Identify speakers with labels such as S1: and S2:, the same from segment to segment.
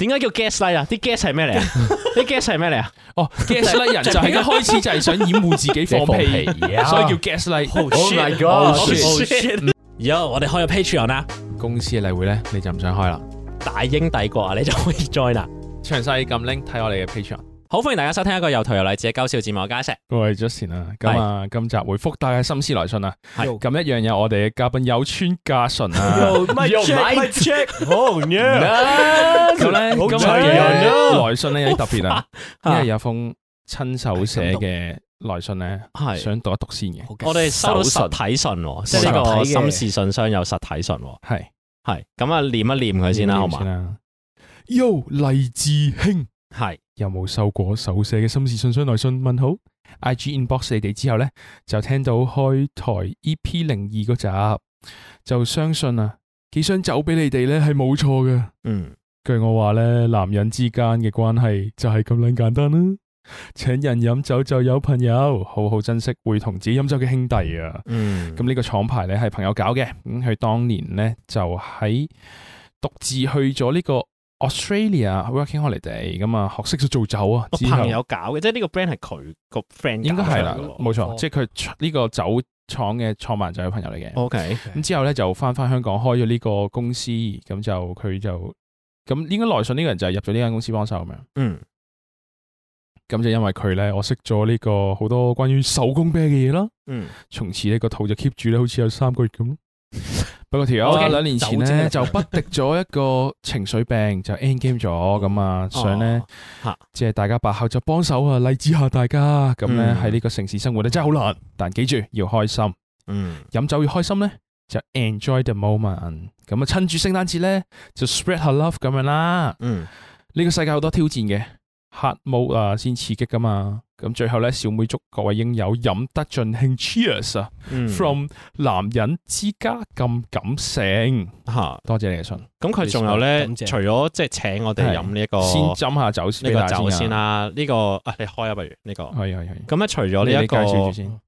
S1: 點解叫 gaslight 啊？啲 gas 係咩 嚟啊？啲 gas 係咩嚟啊？
S2: 哦，gaslight 人就係一開始就係想掩護自己放屁，所以叫 gaslight。
S3: Oh my god！
S1: Oh shit！Yo，我哋開咗 Patreon 啦，
S2: 公司嘅例會咧，你就唔想開啦。
S1: 大英帝國啊，你就可以 join 啦。
S2: 詳細撳 link 睇我哋嘅 Patreon。
S1: 好，歡迎大家收聽一個有圖有勵志嘅搞笑節目《家石》。
S2: 我係 Justin 啊，咁啊，今集回覆大家心思來信啊，
S1: 係
S2: 咁一樣有我哋嘅嘉賓有村架純 啊。
S1: Oh
S3: Yo，my check，好 Oh, 嘢！
S2: 咁咧，
S3: 好
S2: 今日
S3: 嘴
S2: 嘅
S3: 啊
S2: 來信咧有啲特別 啊，因為
S1: 啊
S2: 有封親手寫嘅來信咧，
S1: 係
S2: 想讀一讀先嘅，
S1: 我哋收到實
S3: 手
S1: 體信喎，即係呢
S3: 實
S1: 個
S3: 體嘅
S1: 心事信箱有實體信喎。
S2: 係
S1: 係咁啊，念一念佢先啦，好嘛？
S2: 嘛？Yo，勵志兄。
S1: 係
S2: 有冇收過手寫嘅心事信箱來信問好？IG inbox 你哋之後呢，就聽到開台 EP 零二嗰集，就相信啊，幾想走俾你哋呢係冇錯嘅。
S1: 嗯，
S2: 據我話呢，男人之間嘅關係就係咁撚簡單啦。請人飲酒就有朋友，好好珍惜會同自己飲酒嘅兄弟啊！
S1: 嗯，
S2: 咁呢個廠牌咧係朋友搞嘅，咁佢當年咧就喺獨自去咗呢個 Australia working holiday 咁啊，學識咗做酒啊，
S1: 個
S2: 之後
S1: 哦朋友搞嘅，即係呢個 brand 係佢個 friend
S2: 應該係啦
S1: 搞嘅，喎哦
S2: 冇錯，即係佢呢個酒廠嘅創辦就係朋友嚟嘅。
S1: OK，
S2: 咁之後咧就翻翻香港開咗呢個公司，咁就佢就咁應該來信呢個人就係入咗呢間公司幫手咁樣。
S1: 嗯，
S2: 咁就因為佢咧，我識咗呢個好多關於手工啤嘅嘢啦。
S1: 嗯，
S2: 從此呢個肚就 keep 住咧，好似有三個月 咁。不過條友啊
S1: OK，
S2: 兩年前
S3: 酒精
S2: 咧
S3: 嘅
S2: 就不敵咗一個情緒病，就 end game 咗咁啊，想咧
S1: 嚇
S2: 即係大家白口就幫手啊，勵志下大家咁咧
S1: 嗯
S2: 喺呢個城市生活咧真係好難，但記住要開心，
S1: 嗯，
S2: 飲酒要開心咧就 enjoy the moment，咁啊趁住聖誕節咧就 spread her love 咁樣啦。
S1: 嗯，
S2: 呢個世界好多挑戰嘅，黑毛啊先刺激噶嘛。咁最後咧，小妹祝各位應友飲得盡興，cheers 啊！
S1: 嗯
S2: from 男人之家咁感性，
S1: 嚇，
S2: 多謝你嘅信。
S1: 咁佢仲有咧，
S3: 感謝
S1: 除咗即係請我哋飲呢一個
S2: 先斟下酒先，
S1: 哦呢個酒
S2: 酒
S1: 先。啦，呢個啊你開啊不如呢個，
S2: 係係係。
S1: 咁咧除咗
S2: 你
S1: 呢
S2: 你
S1: 一
S2: 介紹住
S1: 個
S2: 先。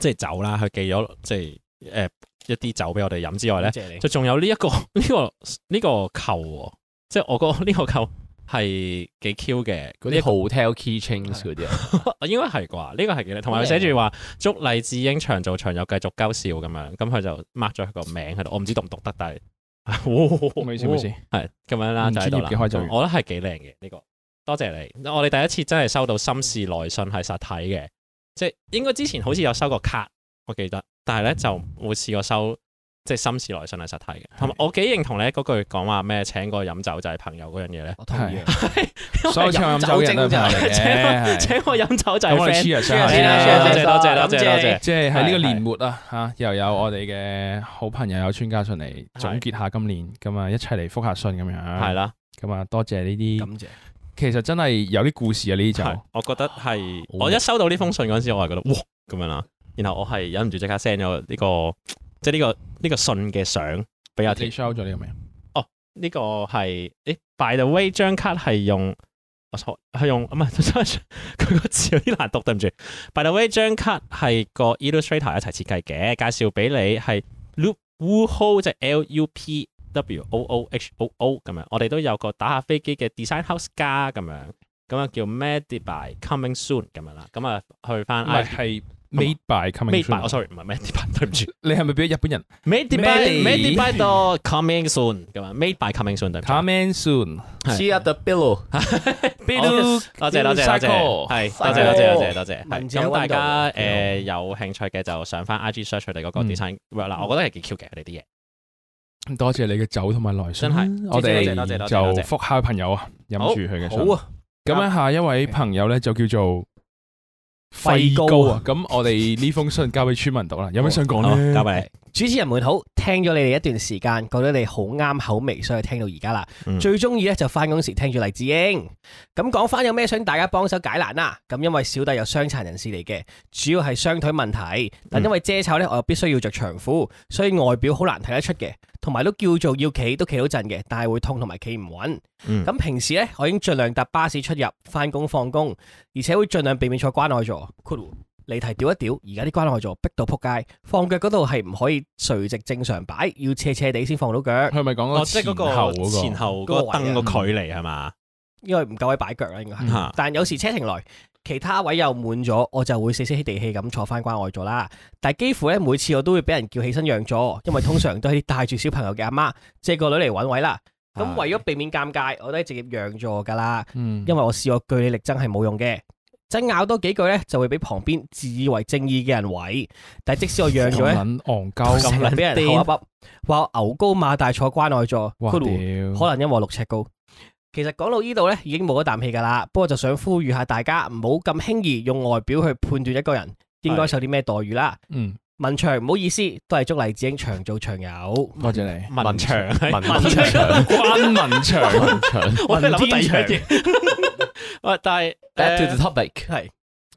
S1: 即係酒啦，佢寄咗即係誒一啲酒俾我哋飲之外
S2: 嗯
S1: 咧。
S3: 謝你。
S1: 就仲有呢、一個 呢、個呢、個扣喎，即係我個呢個扣係幾 Q 嘅，
S3: 嗰
S1: 呢一
S3: 啲 hotel keychains 嗰啲啊，
S1: 個應該係啩？呢個係幾靚，同埋佢寫住話祝勵志英長做長有繼續鳩笑咁樣，咁佢就 mark 咗佢個名喺度，我唔知讀唔讀得，但係
S2: 唔好意思，唔好意思。
S1: 係咁樣啦，
S2: 唔
S1: 就喺度啦。
S2: 專業嘅開就完
S1: 我覺得係幾靚嘅呢個，多謝你。我哋第一次真係收到心事來信係實體嘅，即係應該之前好似有收過卡，我記得，但係咧就冇試過收即係心事來信係實體嘅。同埋我幾認同咧嗰句講話咩請個飲酒就係朋友嗰樣嘢咧，
S3: 我同意啊。
S2: 所有請我飲酒嘅人都係朋友嚟嘅。係
S1: 請我飲酒就係
S2: 咁我哋
S1: friend。
S2: cheers
S1: 多
S2: 下先啦。
S1: 謝多謝多謝多謝。
S2: 即係喺呢個年末啊，嚇又有我哋嘅好朋友有村家信嚟總結下今年，咁啊一齊嚟覆下信咁樣。
S1: 係
S2: 係。
S1: 啦，
S2: 咁啊，多謝呢
S3: 感
S2: 啲，
S3: 謝。
S2: 其實真係有啲故事啊！呢啲
S1: 係
S2: 酒，
S1: 我覺得係我一收到呢封信嗰陣時，我係覺得哇咁樣啦，然後我係忍唔住即刻 send 咗呢個即係呢個呢個信嘅相俾阿田
S2: 你 show 咗呢個未？
S1: 呢個係誒，by the way，張卡係用我錯，係 用唔係佢個字有啲難讀，對唔住。by the way，張卡係個 Illustrator 一齊設計嘅，介紹俾你係 Loop Woohoo 即係 L U P W O O H O O 咁樣。我哋都有個打下飛機嘅 Design House 加咁樣，咁啊叫 Made by Coming Soon 咁樣啦。咁啊去翻
S2: 唔係係 made by coming
S1: Made by，
S2: soon
S1: 我 sorry 唔係 Made by，對唔 住
S2: 你係咪俾咗日本人？
S1: ，Made by
S2: Made
S1: Made by the Coming Soon 咁啊，Made by Coming Soon 對唔住。
S2: Come in soon，
S1: 係
S3: Cheer up the
S1: 多謝多謝多謝，係多謝多謝多
S3: pillow。
S1: 謝多謝，係
S3: 文字有
S1: 咁大
S3: 溫度
S1: 家
S3: 幾好
S1: 誒有興趣嘅就上翻 IG search 佢哋嗰個
S2: 嗯
S1: design work 啦，我覺得係幾 Q 嘅佢哋啲嘢。
S2: 多謝你嘅酒同埋來信，
S1: 真係
S2: 我
S1: 多謝多謝
S2: 哋
S1: 多謝
S2: 就
S1: 多謝
S2: 覆下朋友啊，飲住佢嘅信。
S3: 好啊，
S2: 咁樣下一位朋友咧就叫做費高啊，咁我哋呢封信交俾村民讀啦，有咩想講
S1: 好，交
S2: 咧？
S1: 俾
S3: 主持人們好，聽咗你哋一段時間，覺得你好啱口味，所以聽到而家啦。
S1: 嗯
S3: 最中意咧就翻工時聽住黎智英。咁講翻有咩想大家幫手解難啦。咁因為小弟有傷殘人士嚟嘅，主要係雙腿問題，但因為遮醜咧，我又必須要着長褲，所以外表好難睇得出嘅，同埋都叫做要企都企到陣嘅，但係會痛同埋企唔穩。
S1: 你。咁
S3: 咁平時咧，我已經盡量搭巴士出入、翻工放工，而且會盡量避免坐關愛座。括弧離題屌一屌，而家啲關愛座逼到撲街，放腳嗰度係唔可以垂直正常擺，要斜斜地先放到腳，
S2: 佢咪講
S1: 哦，
S2: 嗰
S1: 即係嗰
S2: 前
S1: 個前後
S2: 後嗰個
S3: 嗰個
S1: 嗰
S3: 位
S1: 個
S3: 啊
S1: 凳個距離係嘛？
S3: 因為唔夠位擺腳啦，應該
S2: 嗯
S3: 係。
S1: 嚇
S3: 但有時車停來，其他位又滿咗，我就會死死地氣咁坐翻關外座啦。但係幾乎咧每次我都會俾人叫起身讓座，因為通常都係啲帶住小朋友嘅阿媽借個女嚟揾位啦。咁
S1: 係
S3: 為咗避免尷尬，我都係直接讓座㗎啦。
S2: 嗯，
S3: 因為我試過據理力爭係冇用嘅，爭拗多幾句咧就會俾旁邊自以為正義嘅人圍。但係即使我讓咗
S2: 咁
S3: 咧，
S2: 撚戇
S3: 都
S2: 鳩，
S3: 成日俾人後
S1: 癲
S3: 噏噏，話我牛高馬大坐關外座。
S2: 哇
S3: 括
S2: 屌，
S3: 弧可能因為我六尺高。其實講到呢度呢，已經冇一啖氣㗎啦。不過就想呼籲下大家，唔好咁輕易用外表去判斷一個人應該受啲咩待遇啦。
S2: 嗯，
S3: 文祥唔好意思，都係祝黎智英長做長有。
S2: 多謝你，
S1: 文長係
S4: 文
S3: 文
S4: 長
S2: 關文祥，
S4: 長
S1: 我哋諗第二樣
S3: 文
S1: 嘢。 喂，但係呃
S4: Back to
S1: 誒
S4: the topic，
S3: 係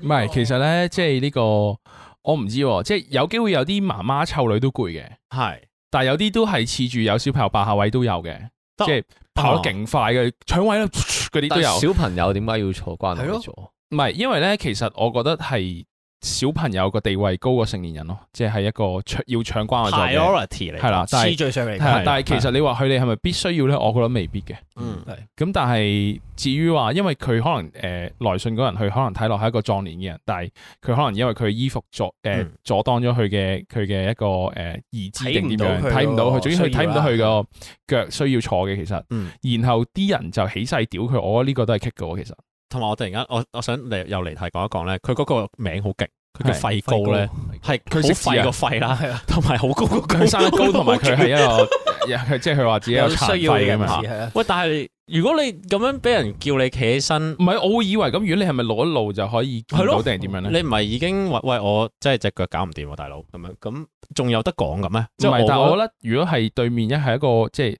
S2: 唔呃係，哦其實咧，即係呢個我唔知喎，即係有機會有啲媽媽湊女都攰嘅，
S1: 係
S2: 但係有啲都係恃住有小朋友霸下位都有嘅，即係跑得啊勁快嘅，搶位啦嗰啲都
S4: 但
S2: 有。
S4: 小朋友點解要坐關
S3: 係
S4: 愛
S3: 咯
S4: 座？
S2: 唔係，因為咧，其實我覺得係小朋友個地位高過成年人咯，即係一個搶要搶關愛座嘅。
S1: priority 嚟，
S2: 係啦但係
S3: 次序上嚟
S2: 係啊
S1: 係，
S2: 但係其實你話佢哋係咪必須要咧？我覺得未必嘅。
S1: 嗯
S2: 咁但係呃至於話，因為佢可能誒、呃、來信嗰人，佢可能睇落係一個壯年嘅人，但係佢可能因為佢衣服阻誒、呃
S1: 嗯
S2: 阻擋咗佢嘅佢嘅一個誒義肢定點樣，
S3: 睇
S2: 睇
S3: 唔
S2: 唔
S3: 到
S2: 到
S3: 佢
S2: 佢，總之佢
S3: 需要啊
S2: 睇
S3: 啦
S2: 唔到佢個腳需要坐嘅其實。
S1: 嗯，
S2: 然後啲人就起勢屌佢，我覺得呢個都係棘嘅喎，其實。
S1: 同埋我突然間，我我想嚟又離題講一講咧，佢嗰個名好勁，佢叫肺高咧，係
S2: 佢
S1: 好
S2: 識字
S1: 肺
S2: 啊
S1: 個肺啦，
S3: 係啊，
S1: 同埋好高個高
S2: 佢生得高，同埋佢係一個，即係佢話自己有
S3: 有
S2: 殘
S3: 需
S2: 廢
S3: 要嘅
S2: 咁
S3: 人
S2: 樣。
S3: 士係啊。
S1: 喂，但係如果你咁樣俾人叫你企起身，
S2: 唔係，我會以為咁，如果你係咪露一露就可以
S1: 係
S2: 見到
S1: 咯
S2: 定係點樣咧？
S1: 你唔係已經話喂我真係隻腳搞唔掂喎，大佬咁樣，咁仲有得講咁咩？
S2: 唔
S1: 即
S2: 係，但
S1: 係
S2: 我
S1: 我
S2: 覺得如果係對面一係一個即係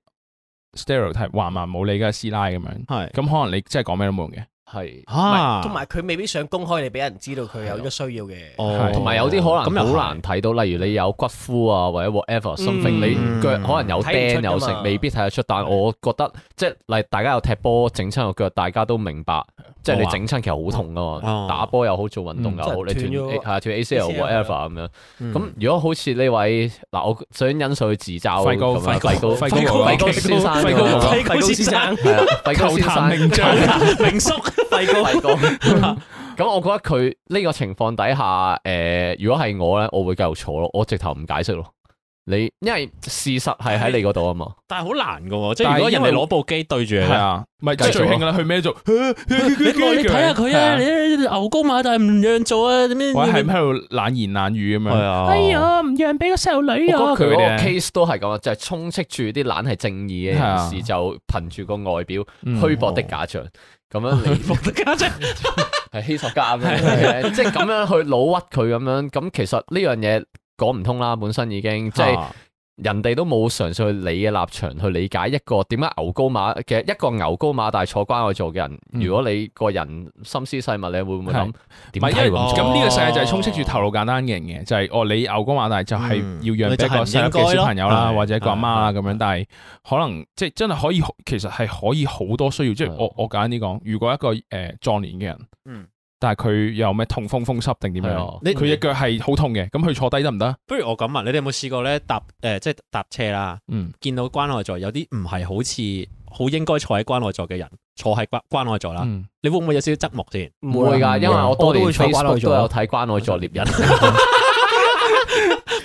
S2: stereotype 橫蠻冇理嘅師奶咁樣，
S1: 係
S2: 咁可能你真係講咩都冇用嘅。
S4: 係
S1: 啊，
S3: 同埋佢未必想公開你俾人知道佢有呢個需要嘅。
S1: 哦，
S4: 同埋有啲可
S1: 咁又
S4: 能
S1: 係
S4: 好難睇到，例如你有骨枯啊，或者 whatever something，
S3: 嗯
S4: 你腳可能有
S3: 睇唔出㗎
S4: 釘
S3: 嘛
S4: 有成，未必睇得出。但我覺得即係例大家有踢波整親個腳，大家都明白，即係你整親其實好痛噶
S1: 哦
S4: 嘛，打波又好，做運動又好，
S3: 嗯
S4: 你
S3: 即
S4: 斷
S3: 係
S4: 係
S3: 斷
S4: 斷 ACL
S3: ACL
S4: whatever 咁樣。
S1: 嗯
S4: 咁如果好似呢位嗱，我想引述佢自嘲
S2: 費高
S4: 咁啊樣，
S2: 費高
S4: 費
S2: 費高
S4: 費高
S2: 費高
S4: 先生，啊
S2: 費高
S4: 係
S3: 費高先
S1: 哦
S3: 生，
S4: 啊，費高先生
S2: 名將，
S1: 明叔肺高
S4: 費高。 咁我覺得佢呢個情況底下，誒，如果係我咧，我會繼續坐咯，我直頭唔解釋咯。你因為事實係喺你嗰度啊嘛，
S1: 但係好難噶喎，即
S2: 但
S1: 係
S2: 係
S1: 如果人
S2: 因為
S1: 哋攞部機對住你
S2: 係
S1: 咧，
S2: 啊，唔係即係
S4: 繼續
S2: 最
S4: 啊
S2: 興㗎啦，去咩做？
S1: 你
S2: 你
S1: 你睇下佢啊，你牛高馬大唔讓做啊，點
S2: 或者係
S1: 樣？
S2: 喺度懶言懶語咁樣。
S1: 啊
S2: 哎唔讓俾個細路女啊
S4: 我覺得佢嗰
S2: 哋
S4: 個 case 都係咁啊，就係充斥住啲懶係正義嘅
S2: 係啊
S4: 人士，就憑住個外表
S2: 嗯
S4: 虛薄的假象咁樣嚟
S1: 伏特加啫，
S4: 係欺索家咁樣，即係咁樣去老屈佢咁樣，咁其實呢樣嘢講唔通啦，本身已經即係。人哋都冇嘗試去你嘅立場去理解一個點解牛高馬嘅一個牛高馬大坐關愛座嘅人，
S2: 嗯
S4: 如果你個人心思細密，你會唔會
S2: 係
S4: 諗
S2: 唔
S4: 點
S2: 係因
S4: 解
S2: 為
S4: 要咁做？
S2: 咁呢個世界就係充斥住頭腦簡單嘅人嘅，就係哦你牛高馬大就係要讓俾一個細粒嘅小朋友啦，
S1: 嗯
S2: 或者一個阿媽啦
S1: 係
S2: 咁樣，但係可能即係真係可以，其實係可以好多需要，即係
S4: 係
S2: 我我簡單啲講，如果一個誒呃壯年嘅人，
S1: 嗯
S2: 但係佢有咩痛風風濕定點
S4: 係
S2: 樣
S4: 啊，
S1: 你
S2: 佢隻腳係好痛嘅，咁佢坐低得唔得？
S1: 不如我咁啊，你哋有冇試過咧搭誒即係搭車啦，
S2: 嗯，
S1: 見到關愛座有啲唔係好似好應該坐喺關愛座嘅人坐喺關關愛座啦，
S2: 嗯
S1: 你會唔會有少少側目先？
S4: 唔會㗎，因為我多
S3: 我都
S4: 年
S3: 會坐關愛
S4: Facebook
S3: 座
S4: 都有睇關愛座獵人，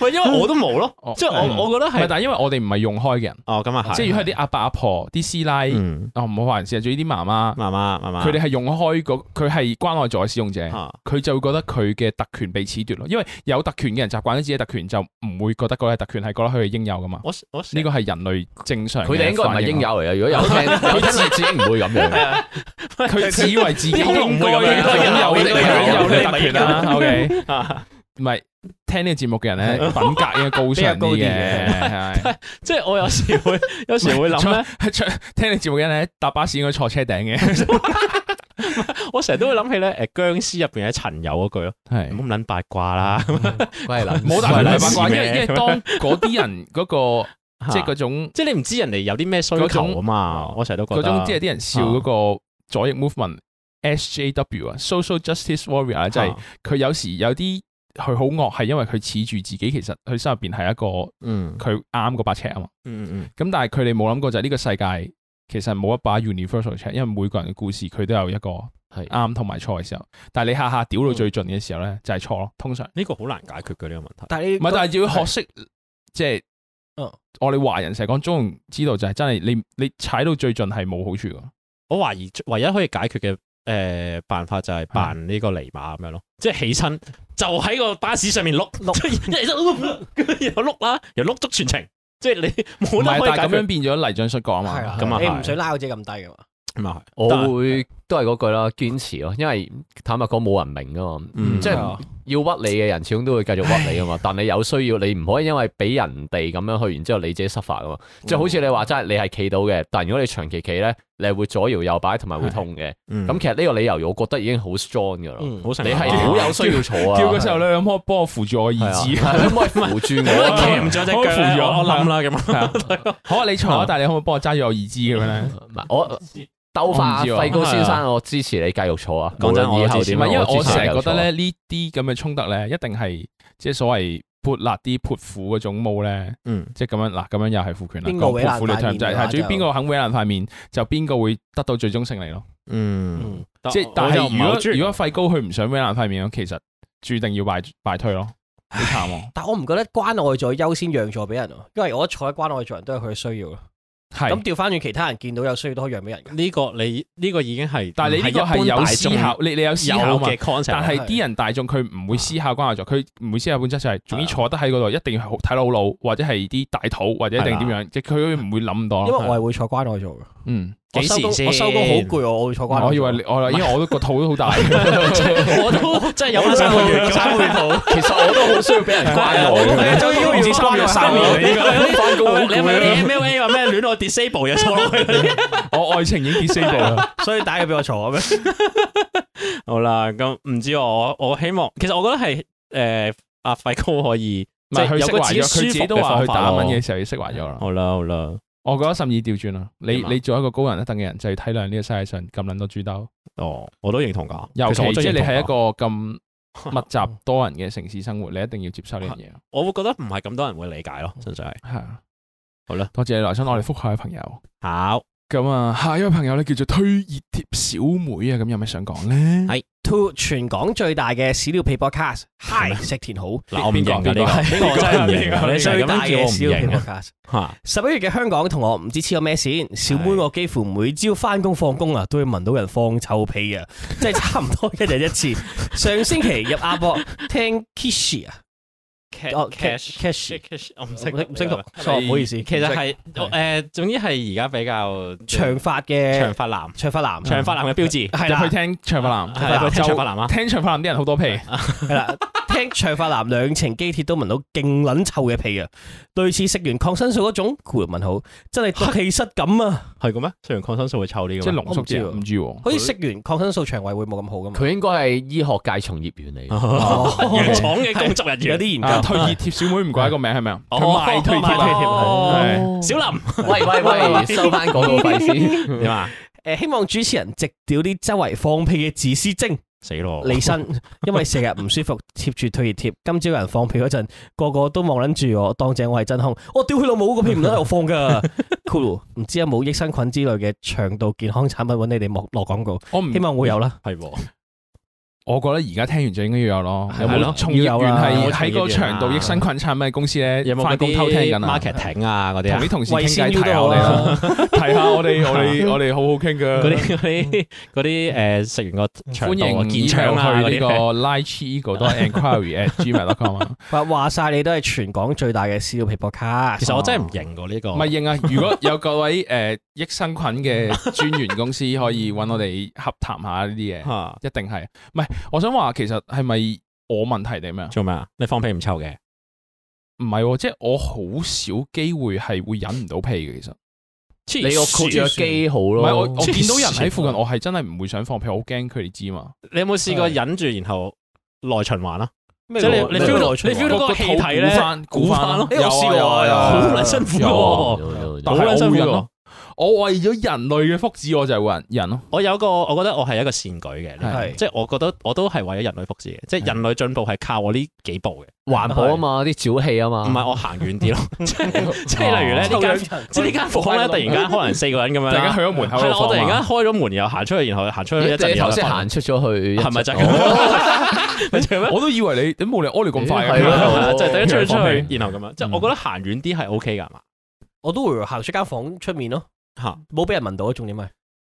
S1: 喂，因為我都冇咯
S2: 哦，
S1: 即係
S2: 嗯
S1: 我我覺得
S2: 唔係，
S1: 係
S2: 但係因為我哋唔係用開嘅人，
S1: 哦咁啊係，
S2: 即係如果係啲阿伯阿婆、啲師奶，
S1: 嗯
S2: 哦唔好話人事，仲有啲媽媽，
S1: 媽媽媽媽
S2: 佢哋係用開嗰佢係關愛座嘅使用者。
S1: 啊
S2: 佢就會覺得佢嘅特權被褫奪咯，因為有特權嘅人習慣咗自己嘅特權，就唔會覺得嗰係特權，係覺得佢係應有噶嘛。
S1: 我我
S2: 呢個係人類正常嘅
S4: 佢哋應該唔係
S2: 反應
S4: 應
S2: 咯
S4: 有嚟嘅。如果有聽，有聽自己唔會咁樣。
S2: 佢自以為自己應該
S1: 恐龍
S2: 應
S1: 會
S2: 該
S1: 咁樣
S2: 有
S1: 應該有
S2: 有
S1: 應該
S2: 呢
S1: 有
S2: 特權啦。OK，
S1: 啊
S2: 唔係聽呢個節目嘅人咧，品格應該高尚
S3: 比較高
S2: 啲
S3: 啲
S2: 嘅。係
S1: 即係我有時 會有時會諗咧，
S2: 坐坐聽你節目嘅人咧，搭巴士應該坐車頂嘅。
S1: 我成日都會諗起咧誒僵屍入邊嘅陳友嗰句咯，唔好
S2: 係嗯
S1: 咁撚八卦啦，
S4: 關係啦，
S2: 冇大
S1: 係
S2: 唔
S1: 啦
S2: 係八卦，因為因為
S1: 咁樣
S2: 當嗰啲人嗰個即係嗰種
S1: 即係你唔知人哋有啲咩需
S2: 嗰
S1: 求
S2: 種
S1: 啊嘛，我成日都覺得
S2: 嗰種即係啲人笑嗰個左翼 movement SJW 啊，Social Justice Warrior 啊，就係佢有時有啲佢好惡，係因為佢恃住自己其實佢心入邊係一個
S1: 嗯
S2: 佢啱嗰把尺啊嘛。
S1: 嗯嗯
S2: 咁但係佢哋冇諗過就係呢個世界其實冇一把 universal 尺，因為每個人嘅故事佢都有一個
S4: 係
S2: 啱同埋錯嘅時候。但係你下下屌到最盡嘅時候咧，就係錯咯，通常。
S1: 呢個好難解決嘅呢個問題。
S3: 但系
S2: 唔係，但係要學識即係
S3: 嗯
S2: 我哋華人成日講中庸之道就係真係你你踩到最盡係冇好處㗎。
S1: 我懷疑最唯一可以解決嘅诶、呃、办法就係扮呢個尼馬咁樣咯，即係起身就喺個巴士上面碌 碌，一碌又碌啦，又碌足全程，即係你冇
S2: 唔
S1: 得
S2: 係，
S1: 可以
S2: 但係
S1: 解
S2: 咁樣
S1: 決。
S2: 變咗泥漿摔角啊嘛。
S3: 係
S1: 咁啊
S3: 你
S1: 係
S3: 唔想拉我自己咁低噶嘛？
S1: 咁啊係
S4: 我
S1: 但係
S4: 會都係嗰句啦，堅持咯，因為坦白講冇人明噶嘛，
S1: 嗯
S4: 即係
S2: 啊
S4: 要屈你嘅人始終都會繼續屈你噶嘛。但你有需要，你唔可以因為俾人哋咁樣去，然之後你自己失法噶嘛。即係好似你話齋，你係企到嘅，但如果你長期企咧，你係會左搖右擺同埋會痛嘅。
S1: 嗯
S4: 咁其實呢個理由，我覺得已經好 strong 噶啦。
S3: 嗯，
S1: 好成
S4: 你係好有需要坐啊，
S2: 叫個細路女咁可唔可以幫我扶住我
S4: 係
S2: 兒
S4: 啊
S2: 子。
S4: 係啊可唔可以扶住我
S1: 我
S4: 啊？
S1: 騎唔咗只腳
S2: 我扶
S1: 咧，
S2: 住
S1: 我
S2: 我
S1: 我冧啦咁啊。
S2: 好啊，你坐啊，但係你可唔可以幫我揸住我兒子咁樣咧？
S4: 唔係我鬥化
S2: 我唔知喎
S4: 費高先生，我支持你繼續坐啊！
S1: 講真
S4: 無論以後
S1: 我支持
S4: 點
S2: 唔
S4: 樣
S2: 係，因為我
S4: 支持
S2: 成日
S4: 你繼續
S2: 覺
S4: 坐啊
S2: 得咧呢啲咁嘅衝突咧，一定係即係所謂潑辣啲潑婦嗰種舞咧，
S1: 嗯，
S2: 即係咁樣嗱，咁樣又係父權啦。
S3: 邊個
S2: 講
S3: 毀爛
S2: 潑婦呢
S3: 塊
S2: term
S3: 面
S2: 就係
S3: 嘅話
S2: 係，至於
S3: 就
S2: 邊個肯毀爛塊面，就邊個會得到最終勝利咯。
S1: 嗯，
S2: 即係但係如
S1: 我就唔係好中
S2: 果
S1: 意
S2: 如果費高佢唔想毀爛塊面咁，其實注定要敗敗退咯，好慘 喎。
S3: 但我唔覺得關愛座優先讓座俾人喎，因為我坐喺關愛座人都係佢嘅需要咯。咁
S2: 係，
S3: 調翻轉其他人見到有需要都可以讓俾人㗎。
S1: 呢個你呢個已經係，
S2: 但係你呢個係有思考，你你有思
S1: 有
S2: 考嘛
S1: 嘅？concept，啊
S2: 但係啲人大眾佢唔會思考關愛座，佢唔會思考本質就係總之坐得喺嗰度，一定要好睇老老，或者係啲大肚，或者一定點樣，即係佢唔會諗到
S3: 因為
S2: 咯。
S3: 我係會坐關愛座嘅。
S2: 嗯，
S3: 我
S1: 哦幾
S3: 收工
S1: 時先
S3: 我收工好 攰，我會坐關愛座。
S2: 我以為你我因 為我都個肚都好大，
S1: 我都真係有三個月，三個月肚，
S4: 其實我 都好需要俾人關愛
S1: 我都
S4: 嘅。
S1: 係都要三個月三 個月。
S4: 翻工好
S1: 你係咪
S4: 攰啊
S1: 啲 MLA 話咩戀愛 disable 又錯落去？
S2: 我愛情已經 disable 啦。
S3: 所以打嘢俾我坐咩？
S1: 好啦，咁唔知我我希望，其實我覺得係誒阿費高可以，
S2: 唔
S1: 即
S2: 係
S1: 係
S2: 佢
S1: 有
S2: 釋
S1: 個
S2: 懷
S1: 自己
S2: 咗，
S1: 舒
S2: 佢自己
S1: 服
S2: 都
S1: 嘅
S2: 話
S1: 方
S2: 佢
S1: 法
S2: 打
S1: 咯
S2: 蚊嘅時候要釋懷咗啦。
S1: 好啦好啦，
S2: 我覺得甚至調轉啦，你
S1: 點啊
S2: 你做一個高人一等嘅人，就要體諒呢個世界上咁撚多豬兜，
S1: 哦，我都認同㗎。
S2: 尤
S1: 其實
S2: 其
S1: 我真
S2: 即
S1: 係
S2: 係你
S1: 認同㗎
S2: 喺一個咁 密集多人嘅城市生活，你一定要接受呢樣嘢。
S1: 我會覺得唔係咁多人會理解咯，純粹係
S2: 係啊，
S1: 好啦，
S2: 多謝你來信，我哋覆下嘅朋友。
S1: 好。
S2: 咁啊，下一位朋友咧叫做推熱貼小妹啊，咁有咩想講咧？
S1: 係
S3: To 全港最大嘅屎尿屁 podcast。Hi，食田好。
S1: 嗱，我唔
S2: 邊個
S1: 認㗎呢
S2: 邊個
S1: 個，呢個我真係唔認
S2: 邊個
S1: 㗎。你成日咁
S3: 啊最大
S1: 樣叫
S3: 嘅
S1: 我唔
S3: 屎尿屁
S1: 認啊
S3: podcast。
S1: 嚇。
S3: 十一月嘅香港同我唔知黐咗咩線，小妹我幾乎每朝翻工放工啊，都會聞到人放臭 屁啊，即係差唔多一日一次。上星期入亞博聽 Kishi 啊，哦
S1: cash
S3: Cash-
S1: cash，我唔
S3: 唔
S1: 識
S3: 唔識讀
S1: 讀，
S3: sorry，唔好意思。
S1: 其實係誒，總之係而家比較
S3: 長髮
S1: 長
S3: 嘅
S1: 髮男，
S3: 長髮男，
S1: 長髮男嘅標誌
S3: 係
S2: 入
S3: 啦
S2: 去聽長髮男，
S1: 係去聽長髮男啊。
S2: 聽長髮男啲人好多屁，
S3: 係啦，聽長髮男兩程機鐵都聞到勁撚臭嘅屁啊，類似食完抗生素嗰種，括弧問號，真係毒氣室咁啊，
S1: 係嘅咩？雖然抗生素會臭啲嘅，
S2: 即係濃縮啲
S3: 我
S2: 人
S3: 唔
S2: 唔知喎。
S3: 好似食完抗生素腸胃會冇咁好噶嘛。
S4: 佢應該係醫學界從業員 嚟，
S3: 哦
S1: 藥廠嘅工作人
S3: 有
S1: 員
S3: 啲研
S2: 啊，
S3: 究，
S2: 推熱貼小妹唔怪得個名係咪啊？
S1: 哦
S2: 佢賣推
S1: 賣
S2: 貼
S1: 哦
S2: 啊，
S1: 小林
S4: 喂喂喂，收翻廣告費 先。
S1: 點啊？
S3: 誒呃希望主持人直屌啲周圍放屁嘅自私精。
S1: 死
S2: 哦
S1: 咯！
S3: 離 身，因為成日唔舒服，貼住退熱貼。今朝有人放屁嗰陣，個個都望撚住我，當正我係真空。我屌佢老母個屁唔得喺度放噶。Cool，唔知有冇益生菌之類嘅腸道健康產品揾你哋落落廣告，
S2: 我唔
S3: 希，望會有啦。
S1: 係喎，
S2: 我覺得而家聽完就應該要有咯。
S1: 係
S2: 有
S1: 咯
S2: 冇從業
S3: 要有
S2: 員
S3: 啦
S2: 係
S1: 有
S2: 喺
S1: 從業員啊
S2: 個腸道益生菌產品公司咧，
S1: 有冇
S2: 翻工偷聽緊啊？
S1: marketing 啊嗰啲
S2: 同
S1: 啊
S2: 啲？同事
S3: 喂
S2: 傾嗯偈
S3: 先
S2: 提
S3: 要
S2: 下
S3: 到
S2: 我哋啦，
S3: 啦，
S2: 提下啊我 哋，我哋我哋好好傾噶。
S1: 嗰 啲嗰啲嗰啲誒食完個腸
S2: 歡
S1: 道啊
S2: 迎
S1: 健
S2: 以
S1: 腸
S2: 上
S1: 啊嗰
S2: 去呢個
S1: 啲，
S2: liveeagle.enquiry at gmail.com 啊。
S3: 話話曬你都係全港最大嘅屎尿屁博卡。
S1: 其實我真係唔認過呢個。
S2: 唔係應啊！如果有各位誒、呃益生菌嘅專員公司可以揾我哋洽談下呢啲 嘢，
S1: 嚇
S2: 一定係。唔係，我想話其實係咪我問題定咩啊？
S1: 做咩啊？你放屁唔臭嘅？
S2: 唔係喎，即係我好少機會係會忍唔到屁嘅。其實
S1: 你
S4: 你個括約肌好
S2: 唔
S4: 咯，
S2: 係我我見到人
S1: 黐線
S2: 喺附近，我係真係唔會想放屁，我好驚佢哋知嘛。
S1: 你有冇試過忍住然後內循環啊？
S3: 咩
S1: 即係
S3: 內
S1: 你你 feel 到
S3: 內循
S1: 你
S3: 環
S1: feel 到嗰個
S2: 個
S1: 氣
S2: 肚
S1: 體咧
S2: 鼓翻鼓
S1: 鼓
S2: 翻
S1: 翻咯呢
S2: 咯，
S1: 個我試過啊
S2: 有啊有啊
S1: 好撚辛苦
S2: 有啊
S1: 喎
S4: 有有有
S2: 但
S1: 好
S2: 係
S1: 撚辛
S2: 我
S1: 苦
S2: 會忍
S1: 㗎
S2: 咯。我為咗人類嘅福祉，我就係為人人啊咯。
S1: 我有個，我覺得我係一個善舉嘅，呢個
S3: 係
S1: 即係我覺得我都係為咗人類福祉嘅，即係人類進步係靠我呢幾步嘅，
S4: 環保啊嘛，啲沼氣啊嘛，
S1: 唔係我行遠啲 咯，即係即係例如咧呢間，即係呢間房咧，突然間可能四個人咁啊樣
S2: 突然間
S1: 啦，
S2: 去咗門口
S1: 係
S2: 嗰
S1: 啦，
S2: 度
S1: 我突然間
S2: 放
S1: 開咗門又行出去，然後行出去一
S4: 你
S1: 陣
S4: 你
S1: 又
S4: 頭先
S1: 瞓
S4: 行出咗去，
S1: 係咪就係
S4: 哦
S1: 咁？ 你做咩
S2: 啊，？我都以為你你冇理由屙尿咁快
S4: 係
S2: 嘅
S4: 咯。
S1: 係啦啊就係等咗出去
S2: 放
S1: 出
S2: 屁
S1: 去，然後咁樣，即係我覺得行遠啲係 O K 㗎係嘛
S3: 我都會行出間房出面咯，
S1: 嚇。
S3: 冇俾人聞到啊！重點係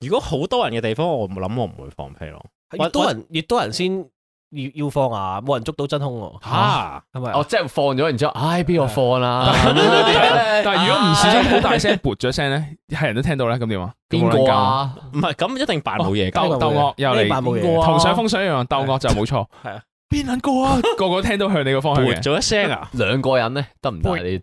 S1: 如果好多人嘅地方，我諗我唔會放屁咯。我
S3: 越多人越多人先要要放啊，冇人捉到真空 喎，
S1: 嚇，
S3: 係咪啊？
S4: 哦，即係放咗，然之後，唉，邊個放啊 啦？
S1: 啊
S2: 但係如果唔小心好大聲撥咗聲咧，係人都聽到咧，咁點啊？
S4: 邊個啊？
S1: 唔係咁一定扮冇嘢㗎。
S2: 鬥鬥惡又
S3: 呢
S2: 嚟
S3: 班冇
S4: 邊個
S3: 嘢
S4: 啊，
S2: 同上風水一樣，鬥惡就冇錯。
S3: 係啊，
S2: 邊撚個啊？個個聽到向你個方向
S1: 撥
S2: 嘅。
S1: 咗一聲啊！
S4: 兩個人咧得唔得啊？
S3: 背
S4: 你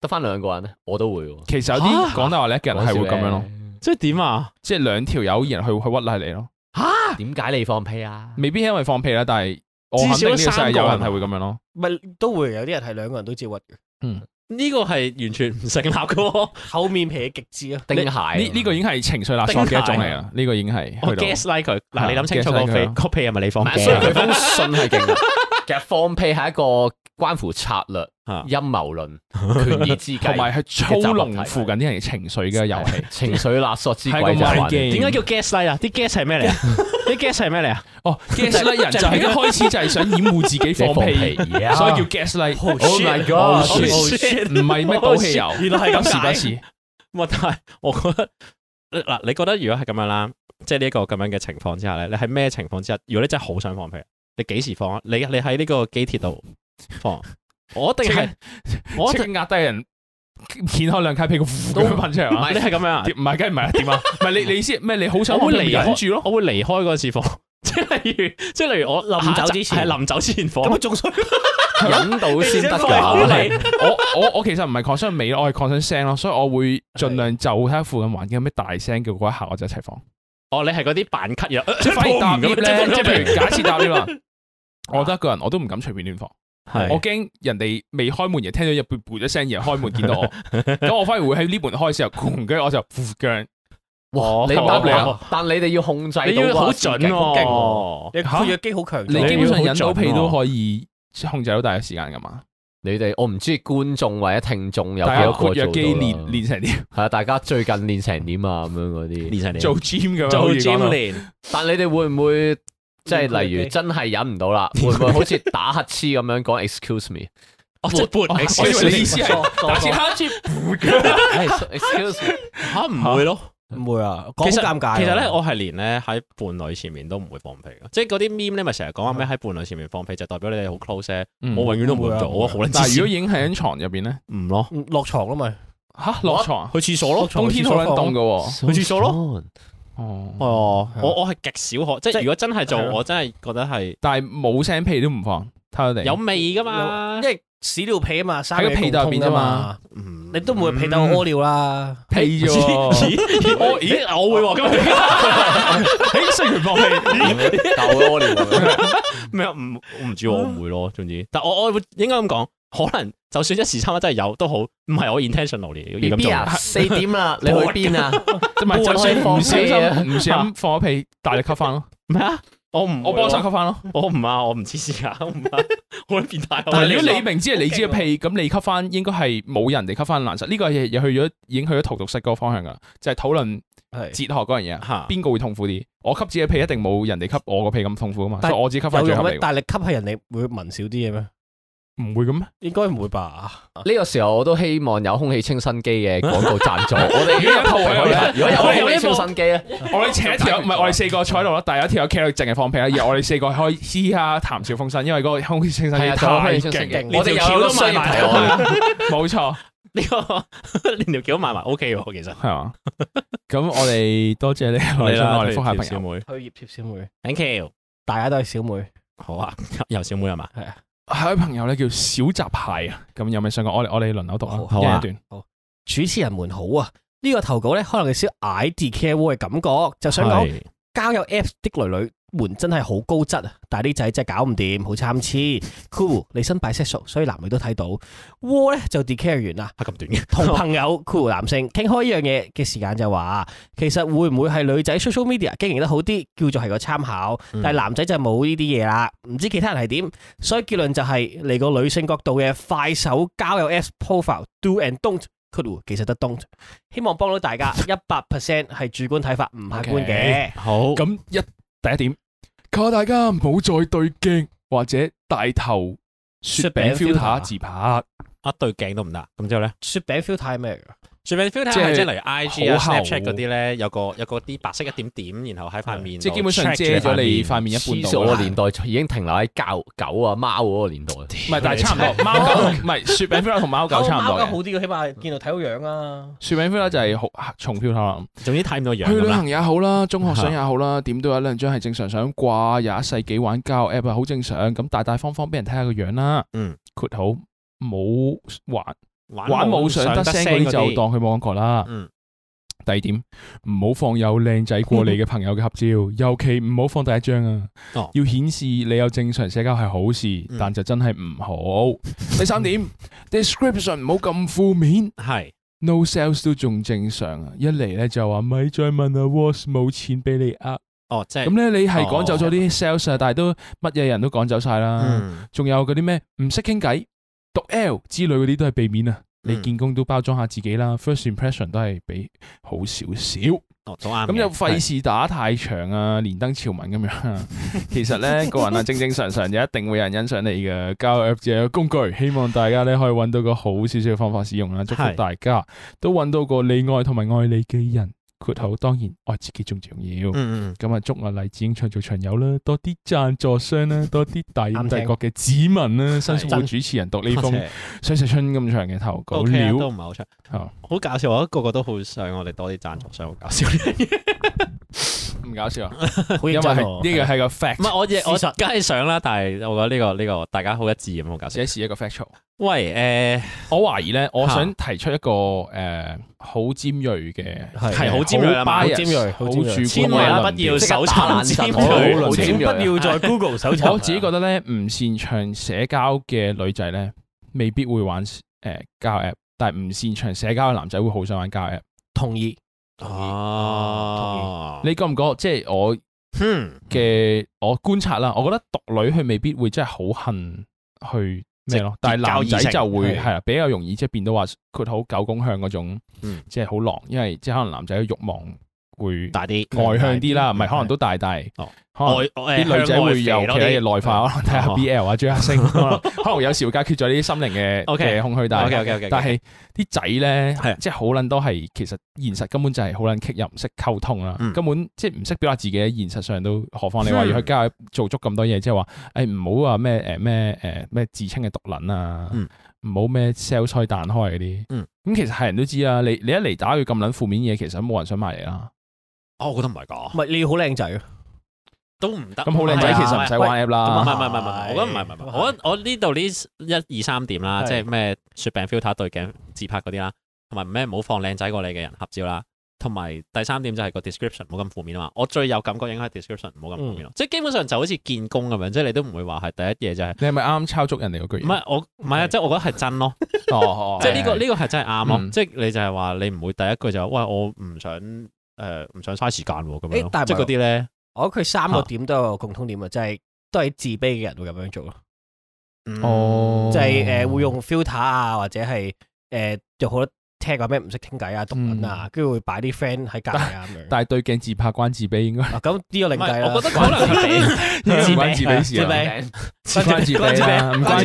S4: 得翻兩個人咧，我都會喎。
S2: 其實有啲
S1: 嚇
S2: 講得話叻嘅人係會咁樣咯，
S1: 即係點啊？
S2: 即係兩條友然後去去屈賴你咯。
S4: 講笑啫。點解你放屁啊？
S2: 未必係因為放屁啦，但係我肯定呢個世界有人係會咁樣咯。
S3: 咪都會有啲人係兩個人都照 屈嘅，
S1: 呢個係完全唔成立嘅喎。
S3: 厚面皮嘅極致啊！
S4: 丁蟹
S2: 呢呢個已經係情緒勒索
S1: 啊
S2: 嘅一種嚟啦，啊呢個已經係
S1: 我
S2: 去到
S1: guess like 佢嗱，
S2: 係
S1: 你諗清楚個
S2: gaslight
S1: 屁
S2: 佢咯
S1: 個屁係啊咪你放
S4: 唔
S1: 嘅
S4: 係，？所以佢封信係勁啊。 其實放屁係一個關乎策略、
S1: 啊
S4: 陰謀論、權宜之計，
S2: 同埋係操弄附近啲人嘅情緒嘅遊戲。
S4: 係情緒勒索之
S2: 係個
S4: 鬼就
S2: 玩
S4: 係
S2: 機，
S1: 點解叫 gaslight 啊？啲 gas 係咩嚟 啊？啲 gas 係咩嚟啊？
S2: 哦 gaslight 人就係一開始就係想掩護自己放屁，
S4: Yeah
S2: 所以叫 gaslight。
S4: Oh my God
S2: Oh
S1: Oh
S2: shit
S1: shit
S2: 唔係咩倒汽油，
S1: 原來係
S2: 不是
S1: 咁
S2: 不
S1: 解。
S2: 是，
S1: 哇！但係我覺得嗱，你覺得如果係咁樣啦，即係呢一個咁樣嘅情況之下咧，你喺咩情況之下？如果你真係好想放屁，你幾時放啊？你你喺呢個機鐵度放，我一定係我一
S2: 即
S1: 定
S2: 係壓低人掀開兩卡屁股，呼咁樣噴出嚟嘛。
S1: 你係咁啊樣啊？
S2: 唔係，梗係唔係啊？ 點啊？唔係你你意思咩？你好想
S1: 我會
S2: 嚟
S1: 離
S2: 忍
S1: 開
S2: 住咯？
S1: 我會離開嗰次放，即係例如即係例如我
S3: 臨走之前
S1: 係臨走之前放，
S3: 咁啊仲衰，
S4: 引導先得
S1: 你好
S4: 㗎。
S1: 你
S2: 我我我其實唔係 concern 尾咯，我係 concern 聲咯，所以我會盡量就睇下附近環境有咩大聲叫嗰一下，我就一齊放。
S1: 哦，你係嗰啲扮咳嘢，
S2: 即係反而搭 lift 咧，即係譬
S1: 係
S2: 如假設搭 lift 啦，我得一個人，我都唔敢隨便亂放，我驚人哋未開門而聽到入邊噗一聲，而開門見 到我，咁我反而會喺呢門開嘅時候，咕跟住我就呼腳，
S1: 哇
S4: 你
S2: 係
S4: 答
S2: 我
S4: 你
S2: 啊
S4: 啊！但你哋要控制到
S1: 你啊要好
S4: 個
S1: 準
S4: 先勁
S3: 勁
S1: 喎，
S3: 你
S2: 嚇
S3: 括約肌好強
S2: 你
S3: 壯，
S2: 基本上
S1: 你要
S2: 引
S1: 好
S2: 到
S1: 準
S2: 屁都
S1: 喎
S2: 可以控制到大嘅時間噶嘛，
S4: 你哋我唔知觀眾或者聽眾有幾
S2: 但
S4: 多
S2: 係
S4: 個
S2: 括
S4: 做
S2: 約
S4: 到啊
S2: 肌練
S4: 啦。
S2: 練成 點，
S4: 係啊，大家最近練成點啊？咁樣嗰啲，
S1: 練晒你
S2: 做 gym 咁樣好
S1: 做啊
S2: 似講
S1: gym
S2: 到，
S1: 練，
S4: 但你哋會唔會即
S3: 練
S4: 係
S3: 括
S4: 例
S3: 約
S4: 如
S3: 肌
S4: 真係忍唔到啦？會唔會好似打乞嗤咁樣講 excuse me？
S1: 哦，即係撥
S2: 哦我以為你意思係打次
S3: 錯
S2: 哈欠，噗 腳
S4: 唉 excuse 哎 me？
S1: 嚇唔會咯。
S3: 唔會啊，
S1: 其
S3: 講
S1: 實
S3: 好尷尬。
S1: 其實咧，，我係連咧喺伴侶前面都唔會放屁嘅，即係嗰啲 meme 咧咪成日講話咩喺伴侶前面放屁就代表你哋好 close 咧，
S2: 嗯
S1: 我永遠都唔會咁做，
S3: 唔會啊
S1: 我好撚自
S2: 但係如
S1: 私
S2: 果影喺床入邊咧，
S1: 唔咯，
S3: 嗯落床啦嘛，
S2: 吓落床
S1: 去廁所咯，
S2: 冬天好撚凍噶喎。
S1: 去廁所
S4: 咯。
S2: 哦，
S1: 哦，
S3: 係啊
S1: 我我係極少可，即
S3: 即
S1: 係
S3: 係
S1: 如果真係做
S2: 啊
S3: 係，咯
S1: 我真係覺得係
S2: 但係冇聲屁都唔放，睇我哋
S1: 有味噶嘛
S3: 因，為屎尿屁啊嘛，三
S2: 喺個
S3: 嘢
S2: 屁
S3: 共
S2: 竇入邊
S3: 通㗎
S2: 啫嘛，
S1: 嗯
S3: 啊你都唔會屁竇屙尿啦。
S2: 屁啫 喎。
S1: 咦 我咦我會喎，咁
S2: 誒，雖然放屁，
S4: 夠咯，我 哋
S1: 咩啊唔我唔知喎我唔會咯，總之，但我我會應該咁講，可能就算一時三刻真係有都好，唔係我 intentional 嚟要
S4: B
S1: 咁
S4: B 啊，
S1: 做。
S4: 四點啦，你去邊啊？
S2: 唔係就算唔小
S4: 我放
S2: 心，唔小心放咗屁，大力吸翻咯，
S1: 咩啊？我唔
S2: 我幫手
S1: 會喎，
S2: 吸翻咯。
S1: 我唔啊，我唔黐線 啊，我唔啊，我變態。
S2: 但
S1: 我
S2: 係如果
S1: 係
S2: 你明知係你知嘅屁，咁你吸翻應該係冇人哋吸翻難實。呢個嘢又去咗，已經去咗荼毒室嗰個方向噶，就係討論
S3: 係
S2: 哲學嗰樣嘢，啊
S1: 嚇
S2: 邊個會痛苦啲？我吸自己嘅屁一定冇人哋吸我個屁咁痛苦啊嘛，所
S3: 但
S2: 以我自己吸翻
S3: 有
S2: 最
S3: 用
S2: 合
S3: 咩？
S2: 理喎。
S3: 大力吸係人哋會聞少啲嘅咩？
S2: 唔會咁咩？
S3: 應該唔會吧？
S4: 呢個時候我都希望有空氣清新機嘅廣告贊助。我哋
S2: 如果有套位咧
S4: 如果有空氣清新機啊咧，
S2: 我哋請一條友，唔係我哋四個坐喺度啦，但係有一條友企喺度淨係放屁啦，啊而我哋四個可以嘻嘻哈哈談笑風生，因為嗰個空氣清新機
S4: 係
S2: 太
S4: 啊，就空氣清新
S2: 勁。
S4: 機。我哋
S1: 條橋
S4: 有
S1: 都
S4: 個商業
S1: 賣埋
S4: 題目，
S2: 冇錯，
S1: 呢個 連條橋都埋埋 OK 喎，其實。
S2: 係嘛？咁我哋多謝你，我哋想我哋覆下朋友。
S1: 友。
S3: 去葉貼小妹，
S1: Thank you。
S3: 大家都係小妹，
S1: 好啊， 有小妹係嘛？
S3: 係啊。
S2: 下一位朋友咧叫小雜蟹啊，咁有咩想講？我哋我哋輪流讀
S3: 好
S2: 啊，
S1: 好
S2: 一
S1: 啊
S2: 人一段。
S3: 主持人們好啊！呢個投稿咧，可能有少 I D K O 嘅感覺，就想講交友 Apps 的女女門真係好高質啊！但係呢仔真係搞唔掂，好參差。Cool，你身 bisexual，所以男女都睇到。War 咧就 declare 完啦。
S1: 啊咁短嘅，
S3: 同朋友 cool 男性傾開呢樣嘢嘅時間就話，其實會唔會係女仔 social media 經營得好啲，叫做係個參考，
S1: 嗯
S3: 但係男仔就冇呢啲嘢啦。唔知其他人係點，所以結論就係嚟個女性角度嘅快手交友 Apps profile do and don't。cool 其實得 don't，希望幫到大家一百 percent 係主觀睇法，唔客觀嘅
S2: Okay。
S1: 好啊
S2: 咁一第一點，靠大家唔好再對鏡或者大頭雪餅 filter 自拍，
S1: 一對鏡都唔得，啊咁之後咧，
S3: 雪餅 feel 太咩㗎？
S1: 最尾 filter
S2: 即係
S1: 係即係例如 I G 啊、
S2: 好厚
S1: Snapchat 嗰啲咧，有個有個啲白色一點點，然後喺塊面
S2: 即係
S1: 度
S2: 基本上
S1: check
S2: 遮
S1: 住
S2: 咗你塊面一
S4: 黐
S2: 半
S4: 線！
S2: 度啊
S4: 我
S2: 啦
S4: 個年代已經停留喺教狗啊、貓嗰個年代。
S2: 唔係，但係 差唔多。貓狗唔係雪餅 filter 同貓狗差唔
S3: 哦貓
S2: 多
S3: 狗
S2: 嘅
S3: 好。啲嘅，起碼見到睇到樣啊。
S2: 雪餅 filter 就係好重 filter 啦。嗯
S1: 總之睇唔到樣
S2: 去
S1: 咁
S2: 旅
S1: 啦。
S2: 行也好啦，中學相也好 啦，點都有一兩張係正常相掛，廿一世紀玩交友 app 啊，好正常。咁大大方方俾人睇下個樣啦。
S1: 嗯，
S2: 括好冇玩
S1: 玩
S2: 玩冇
S1: 相
S2: 上得聲嗰啲就當佢冇講過啦。
S1: 嗯
S2: 第二點，唔好放有靚仔過你嘅朋友嘅合 照，尤其唔好放第一張啊！
S1: 哦
S2: 要顯示你有正常社交係好事，
S1: 嗯
S2: 但就真係唔好。第三點，description 唔好咁負面
S1: 係
S2: ，no sales 都仲正常啊！一嚟咧就話咪再問啊，was 冇錢俾你呃。
S1: 哦，即係
S2: 咁咧你係趕走咗
S1: 哦
S2: 啲 sales 啊，但係都乜嘢人都趕走晒啦。
S1: 嗯
S2: 仲有嗰啲咩唔識傾偈、讀 L 之類嗰啲都係避免啊。你
S1: 嗯
S2: 見工都包裝下自己啦，first impression 都係比好少少。
S1: 哦，都啱嘅。
S2: 咁又
S1: 係
S2: 費事打太長啊，連登潮文咁 樣啊。其實咧，個人啊正正常常就一定會有人欣賞你嘅。交友 app 只係一個啊工具，希望大家咧可以揾到個好少少嘅方法使用啦。祝福
S1: 係
S2: 大家都揾到個你愛同埋愛你嘅人。括號當然愛自己仲重要。
S1: 嗯嗯
S2: 咁啊，祝啊黎智英長做長友啦，多啲贊助 商啦，多啲大
S3: 啱
S2: 英
S3: 聽
S2: 帝國嘅子民啦，辛辛苦苦
S1: 真
S2: 主持人讀呢
S1: 嗯，
S2: 封
S1: 多謝
S2: 水石春咁長嘅投稿
S1: O K 啊，都
S2: 料，
S1: 唔係好長，
S2: 哦
S1: 好搞笑，我覺啊得個個都好想我哋多啲贊助商，好搞笑。
S2: 唔搞笑啊，
S3: 好
S2: 因為
S3: 認真
S2: 係呢
S3: 喎。
S2: 個係個
S1: 唔係
S2: fact，
S1: 我亦我
S3: 事實
S1: 梗係想啦，但係我覺得呢個呢個大家好一致咁，好搞笑
S2: 這。是一個 factual。
S1: 喂，
S2: 我懷疑咧，我
S1: 嚇
S2: 想提出一個誒好尖鋭嘅，
S3: 係
S1: 係好尖鋭啦嘛
S2: 啊好
S1: 好
S2: bias，
S3: 尖鋭
S2: 好
S3: 好
S2: 主
S3: 尖
S2: 觀
S3: 鋭
S2: 嘅
S1: 千萬不
S2: 論點
S1: 要搜尋尖
S4: 好
S1: 鋭
S4: 好尖鋭啊
S3: 不要再 Google 搜尋。
S2: 我自己覺得咧，唔擅長社交嘅女仔咧，未必會玩誒交友 app，但係唔擅長社交嘅男仔會好想玩交友 app。
S3: 同意。
S1: 哦，
S2: 你覺唔覺？即係我
S1: 嗯
S2: 嘅我觀察啦，我覺得獨女佢未必會真係好恨去咩咯，但係男仔就會
S3: 異性
S2: 係啦，啊比較容易即係變到話佢好狗公向嗰種
S1: 嗯，
S2: 即係好狼，因為即係可能男仔嘅慾望會
S1: 大啲
S2: 外向啲啦，唔係可能
S1: 都
S2: 都大大，
S1: 哦
S2: 可能。
S1: 外
S2: 啲女仔會有其他嘢內化，可能睇下
S1: 哦
S2: BL 啊、追下星，可能可能有時會解決咗呢啲心靈嘅
S1: OK
S2: 嘅空虛，但係
S1: OK OK OK，
S2: 但係啲仔咧
S1: 係啊，
S2: 即係好撚多係其實現實根本就係好撚棘，又唔識溝通啦
S1: 嗯，
S2: 根本即係唔識表達自己，現實上都何況你話要去交友做足咁多嘢，即係話誒唔好話咩誒咩誒咩自稱嘅毒撚啊
S1: 嗯，
S2: 唔好咩 sell 菜蛋開嗰啲，
S1: 嗯
S2: 咁其實係人都知啊，你你一嚟打佢咁撚負面嘢，其實冇人想買嚟啦，
S1: 哦，我覺得唔係㗎，
S3: 唔係你要好靚仔啊！
S1: 都唔得。
S2: 咁好靚仔
S1: 係啊啊
S2: 其實唔使。玩 app
S1: 唔係唔
S2: 啦，
S1: 係唔係唔係，我覺得唔係唔係唔係，我覺得啊我呢度呢一二三點啦，
S3: 係
S1: 即係咩雪餅 filter 對鏡自拍嗰啲啦，同埋咩唔好放靚仔過你嘅人合照啦，同埋第三點就係個 description 唔好咁負面啊嘛。我最有感覺應該係 description 唔好咁負面咯，即係基本上就好似見工咁樣，即係你都唔會話係第一嘢就係
S2: 你係咪啱抄足人哋嗰句嘢？
S1: 唔係我唔係啊，即係我覺得係真咯。
S2: 哦嗯哦，
S1: 即係呢個
S2: 係
S1: 呢個係真係啱咯
S2: 嗯，
S1: 即係你就係話你唔會第一句就話喂我唔想誒唔想嘥時間喎咁樣
S3: 誒
S1: 咯，
S3: 但係
S1: 即係嗰啲咧，
S3: 我覺得佢三個點都有個共通點啊，就係都係自卑嘅人會咁樣做咯，
S1: 嗯
S2: 哦
S3: 就係
S1: 呃
S3: 誒會用 filter 啊，或者係誒有好多 tag 話咩唔識傾偈啊、毒撚啊，跟住會擺啲 friend 喺隔離啊咁樣。
S2: 但係對鏡自拍關自卑 應該
S3: 啊咁呢個另
S1: 唔
S3: 計啦。
S1: 係，我覺得可能係
S2: 應該唔關
S3: 關自
S2: 自
S3: 卑
S2: 卑
S3: 事
S2: 事
S3: 啊
S2: 啊，關自
S1: 關自
S2: 卑啦，
S1: 卑
S2: 唔關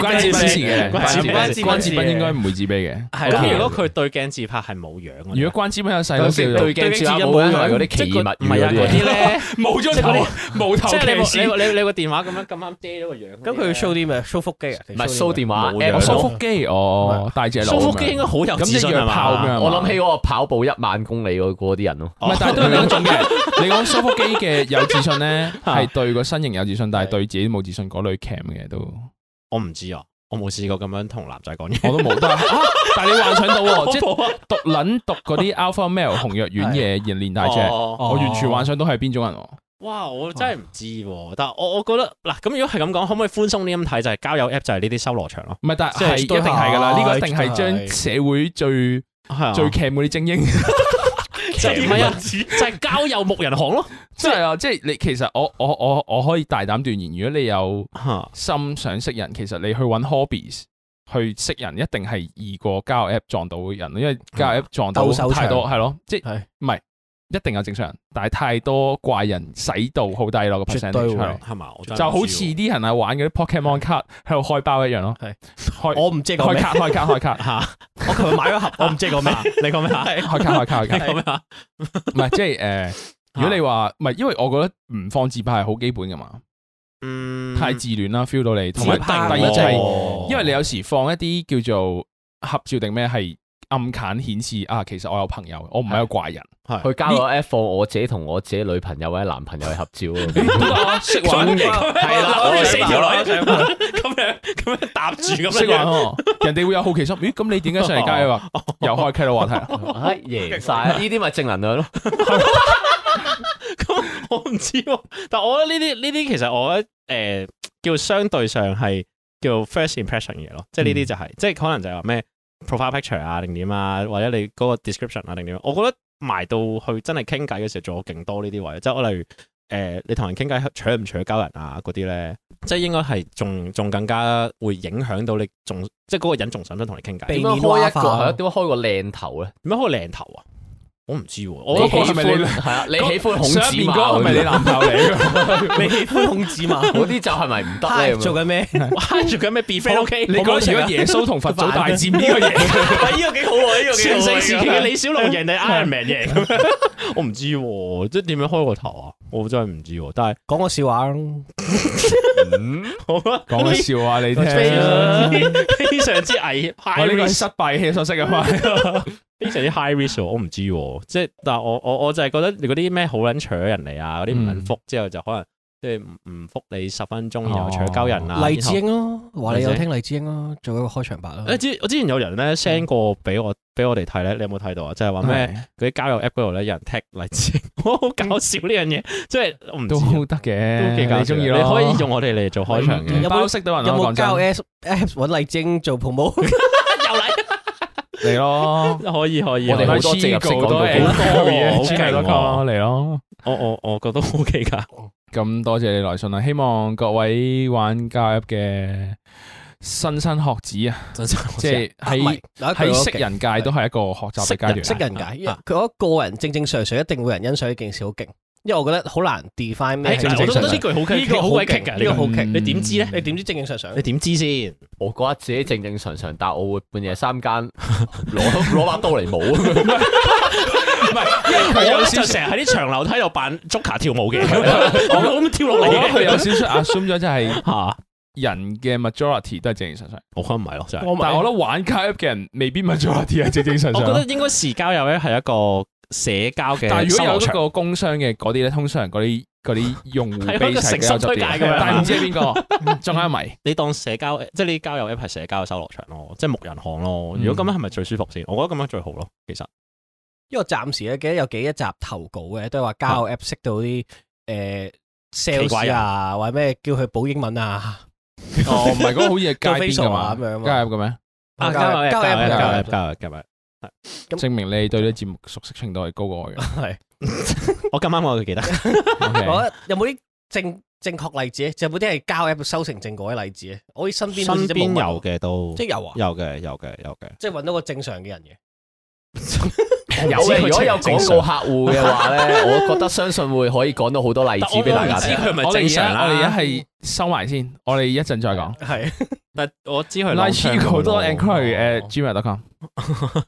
S1: 關自
S2: 唔關
S1: 卑
S2: 自卑事嘅，
S1: 關自卑事
S2: 關關自
S3: 關自
S2: 卑
S3: 卑
S2: 應該唔會自卑嘅。
S3: 係啦
S1: 咁如果佢對鏡自拍係冇樣嘅，
S2: 如果關自卑有細佬
S4: 對
S2: 叫做
S4: 對鏡自拍冇人係嗰啲奇異物
S1: 唔係
S4: 語
S1: 啊
S4: 嗰
S1: 嗰
S4: 啲
S1: 啲咧，
S2: 冇咗
S1: 頭
S2: 冇
S1: 即係你部你部你你個電話咁樣咁啱遮咗個樣嗰啲呢，
S3: 咁佢 show 啲咩？show 腹肌啊？
S4: 唔係 show 電話
S1: 冇樣
S4: app
S2: 我
S1: 咯
S2: 收
S1: 收
S2: 腹肌哦，大隻佬
S1: 收腹肌應該
S2: 咁樣。
S1: 好有
S2: 咁
S1: 自
S2: 即
S1: 信
S2: 係約
S1: 啊
S2: 炮咁
S1: 嘛，
S2: 樣。
S4: 我諗起嗰個跑步一萬公里嗰嗰啲人咯。
S1: 哦
S2: 唔係， 但係都有兩種嘅。你講收腹肌嘅有自信咧，
S1: 啊
S2: 係對個身形有自信，但係對自己冇自信嗰類 cam 嘅 都我
S1: 我唔知啊，我冇試過咁樣同男仔講嘢，
S2: 都冇。但係啊但係你幻想到 喎，即係
S1: 恐怖啊
S2: 毒撚毒嗰啲 alpha male 紅藥丸嘅，連連大隻，
S1: 哦
S2: 我完全幻想到係邊種人喎。
S1: 哇！我真係唔知喎，但係我我覺得嗱，咁如果係咁講，可唔可以寬鬆啲咁睇？就係交友 app 就係呢啲修羅場咯，
S2: 唔係，但
S1: 即係
S2: 係一定係噶啦，呢個一定係
S3: 都
S2: 將
S3: 係
S2: 社會最
S1: 係啊，
S2: 最 cam 嗰啲精英，
S1: 即係唔係啊，就係交友牧人行咯，
S2: 即係啊，即係你其實我我我我可以大膽斷言，如果你有
S1: 嚇
S2: 心想識人，其實你去揾 hobbies 去識人，一定係易過交友 app 撞到人，因為交友 app 撞到
S3: 鬥手
S2: 太多
S3: 場
S2: 係咯，即
S3: 係
S2: 係唔係一定有正常人，但係太多怪人使到好低落個
S3: 絕
S2: percentage
S3: 對會
S2: 係咯
S1: 係嘛？我真係唔知喎
S2: 就好似啲人係玩嗰啲 Pokemon 卡喺度開包一樣咯，
S3: 係
S2: 開
S3: 我唔知講
S2: 開
S3: 咩，
S2: 卡開卡開卡
S1: 嚇，
S3: 我琴日買咗盒，我唔知講咩。
S1: 你講 咩啊？
S2: 開卡開卡開
S1: 你
S2: 卡。
S1: 講咩啊？
S2: 唔係即係诶，如果你話唔係，因為我覺得唔放自拍係好基本噶嘛，
S1: 嗯
S2: 太 自戀啦，feel 到你。同埋
S3: 自
S2: 第
S3: 拍
S2: 第二就係，
S1: 哦
S2: 因為你有時放一啲叫做合照定咩係暗砍顯示啊，其實我有朋友，我唔係一個怪人。
S4: 去交個 F 放我自己同我自己女朋友或者男朋友去合照啊！
S2: 識玩
S4: 型係啦，
S1: 扭
S4: 我
S1: 住四條女
S4: 想問
S1: 咁樣咁樣搭住咁
S2: 識
S1: 樣
S2: 玩喎，人哋會有好奇心。咦，咁你點解上嚟街啊？又開啟到話題啦。
S4: 唉贏晒啊，呢啲咪正能量咯。
S1: 咁我唔知喎，但我覺得呢啲呢啲其實我覺得誒、叫相對上係叫 first impression 嘅嘢咯，即係呢啲就係、即係可能就係話咩 profile picture 啊定點啊，或者你嗰個 description 啊定點啊，我覺得埋到去真係傾偈嘅時候做咗勁多呢啲位，啊即係我例如誒、呃你同人傾偈搶唔搶交人啊嗰啲咧，即係應該係仲仲更加會影響到你仲即係嗰個人仲想唔想同你傾偈，
S3: 避
S4: 點
S1: 點
S3: 免
S4: 樣開一個
S3: 蛙化
S4: 係啊？點樣開個靚頭咧？
S1: 樣開個靚頭啊？我唔知喎，我
S4: 你
S1: 都
S4: 喜
S1: 覺得
S2: 係咪你
S4: 歡係啊？你喜歡孔
S2: 上
S4: 子
S2: 面
S4: 嘛？
S2: 嗰個係咪你男朋友嚟㗎？
S3: 你喜歡孔子嘛？
S4: 嗰啲就係咪唔得咧？
S3: 做緊咩？
S1: 哇做緊咩 be friend OK？
S2: 你
S1: 好唔好
S2: 覺
S1: 食
S2: 得
S1: 啊
S2: 如果耶穌同佛祖大戰呢個嘢？
S1: 喂，呢個幾好喎，呢個
S3: 幾好
S1: 全
S3: 喎
S1: 盛時期嘅李小龍贏 定 Iron Man 贏咁樣， 我唔知喎，即係點樣開個頭啊？我真係唔知喎，但係
S3: 講個笑話咯。
S4: 嗯
S1: 我覺得
S2: 講個笑話 你聽
S1: 非
S2: 啊。
S1: 常 之非常之危
S2: 我
S1: high
S2: 呢個係失
S1: risk，
S2: 敗嘅信息啊 嘛，
S1: 非常之 high risk 喎我唔知喎，即係但係我我我就係覺得你嗰啲咩好撚搶人嚟啊，嗰啲唔肯覆之後就可能即係唔唔覆你十分鐘，然後搶鳩人啊。
S3: 黎智
S1: 然後
S3: 英咯，話你有聽黎智英咯，做一個開場白咯。
S1: 誒之我之前有人咧 send 過俾我俾我哋睇咧，你有冇睇到啊？就係話咩？嗰啲交友 app 嗰度咧，有人 tag 黎智英，我好搞笑呢樣嘢， 即係我唔知
S2: 都
S1: 啊
S2: 得嘅，
S1: 都幾搞笑。
S2: 你中意嗯
S1: 你可以用我哋嚟做開場嘅，
S3: 有
S2: 有
S3: 冇
S2: 冇識到人
S3: 有
S2: 咯？
S3: 冇
S2: 講
S3: 交
S2: 真，
S3: 友 Apps Apps 揾黎智英做 promo？
S2: 嚟咯，
S1: 可以可以。
S4: 我哋好多植入式講到
S2: 多
S4: 嘅
S1: 好多
S2: 嘢，
S1: 好
S2: 知
S1: 勁
S2: 係
S1: 喎
S2: 咯，嚟咯。
S1: 我我我覺得 OK 㗎，
S2: 咁多謝你來信啦，希望各位玩交友嘅新生學子啊，
S1: 真係
S2: 即係喺喺識人界都係一個學習嘅階
S3: 識
S2: 段啊。
S3: 人解，因為佢嗰個人正正常常一定會有人欣賞呢件事好勁，因為我覺得好難 define 咩
S1: 係
S3: 正
S1: 我
S3: 正
S1: 都覺
S3: 常
S1: 得呢
S3: 常。
S1: 句好勁，
S3: 呢個
S1: 好
S3: 好
S1: 鬼勁
S3: 勁
S1: 㗎，
S3: 呢個好
S1: 呢
S3: 勁
S2: 嗯
S1: 你點知咧
S3: 你點知正正常常
S1: 個？你點知先？
S4: 我覺得自己正正常常，但我會半夜 三更攞攞把刀嚟舞。
S1: 唔係，因為
S2: 佢有
S1: 我咧
S2: 少
S1: 就
S2: 少
S1: 成日喺啲長樓梯度扮 Joker 跳舞嘅，我咁跳落
S2: 我覺得
S1: 嚟
S2: 佢有少少 assume 咗，就係
S1: 嚇，
S2: 人嘅 majority 都係正正常常，
S1: 我覺得唔係咯，真係。
S2: 但係我覺得玩交友嘅人未必 majority 係正正常
S1: 我
S2: 常
S1: 覺
S2: 咯
S1: 得。應該時交友咧係一個社交嘅，
S2: 但係如果有一
S1: 場。
S2: 個工商嘅嗰啲咧，通常嗰啲嗰啲用戶
S1: 係一個
S2: base 係
S1: 誠心
S2: 比較特
S1: 推介
S2: 別嘅
S1: 咁樣
S2: 但係唔知係邊 個，仲有一迷。
S1: 你當社交，即係你交友 app 係社交嘅修羅場咯，即係牧人行咯。
S2: 嗯
S1: 如果咁樣係咪最舒服先？我覺得咁樣最好咯。其實
S3: 因為我暫時咧記得有幾一集投稿嘅，都係話交友 app 識到啲誒
S1: 奇怪
S3: sales 啊，或者咩叫佢補英文啊，
S2: 哦，唔係嗰個好似係街邊 㗎嘛，
S3: 做 facial 啊咁樣
S2: 街入嘅咩？
S3: 啊交友
S1: 哦交
S3: 交
S1: 友 app，
S3: 友
S1: 交友 app，
S3: app，交
S1: 交友 app，交友 app。
S3: 咁
S2: 證明你對呢啲節目熟悉程度係高過 我嘅。
S3: 係。
S1: 我咁啱我記得，
S3: 我
S1: 啊
S2: OK
S3: 覺得有冇啲正正確例子咧？有冇啲係交友 app 修成正果嘅例子咧？我身邊好似
S1: 身
S3: 真係冇
S1: 邊
S3: 乜
S1: 有，嘅都
S3: 即係有啊，
S1: 有嘅，有嘅，有嘅。
S3: 即係揾到個正常嘅人嘅。
S4: 有
S1: 啊
S4: 嘅，如果有廣告客戶嘅話咧，我覺得相信會可以講到好多例子俾大
S1: 但
S4: 家
S1: 我唔知
S4: 聽。
S1: 佢係咪
S2: 我哋
S1: 正
S2: 而家
S1: 常啦
S2: 我哋而家係收埋先，我哋一陣再講。
S3: 係
S1: 但我知佢
S2: Like
S1: 攞
S2: Chico 多 enquiry
S1: 誒
S2: 誒 gmail.com。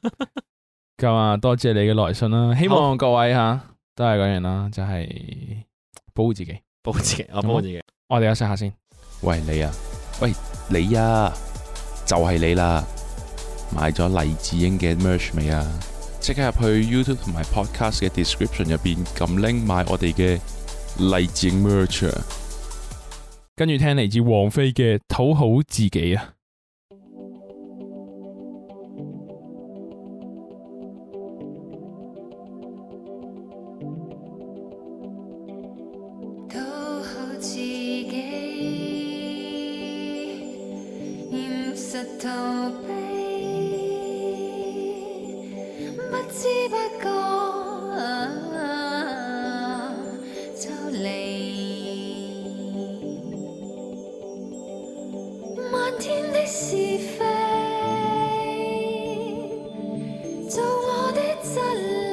S2: 咁啊，多謝你嘅來信啦，希望各位吓都係嗰樣啦，就係保護自己。
S1: 報自己，我報自己。
S2: 我哋休息下先。
S5: 喂你啊，喂你啊，就係、你啦！買咗黎智英嘅 merch 未啊？即刻入去 YouTube 同埋 Podcast 嘅 description 入邊撳 link 買我哋嘅黎智英 merch 啊！
S2: 跟住聽嚟自王菲嘅《討好自己》啊！
S6: 自己，現實逃避，不知不覺、啊、抽離。漫天的是非，做我的真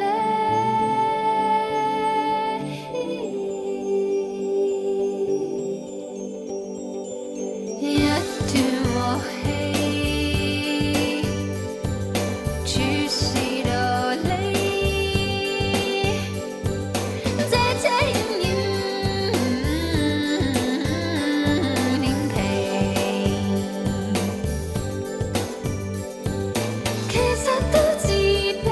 S6: 理。一段和氣，處事道理，這遮掩臉皮。其實都自卑，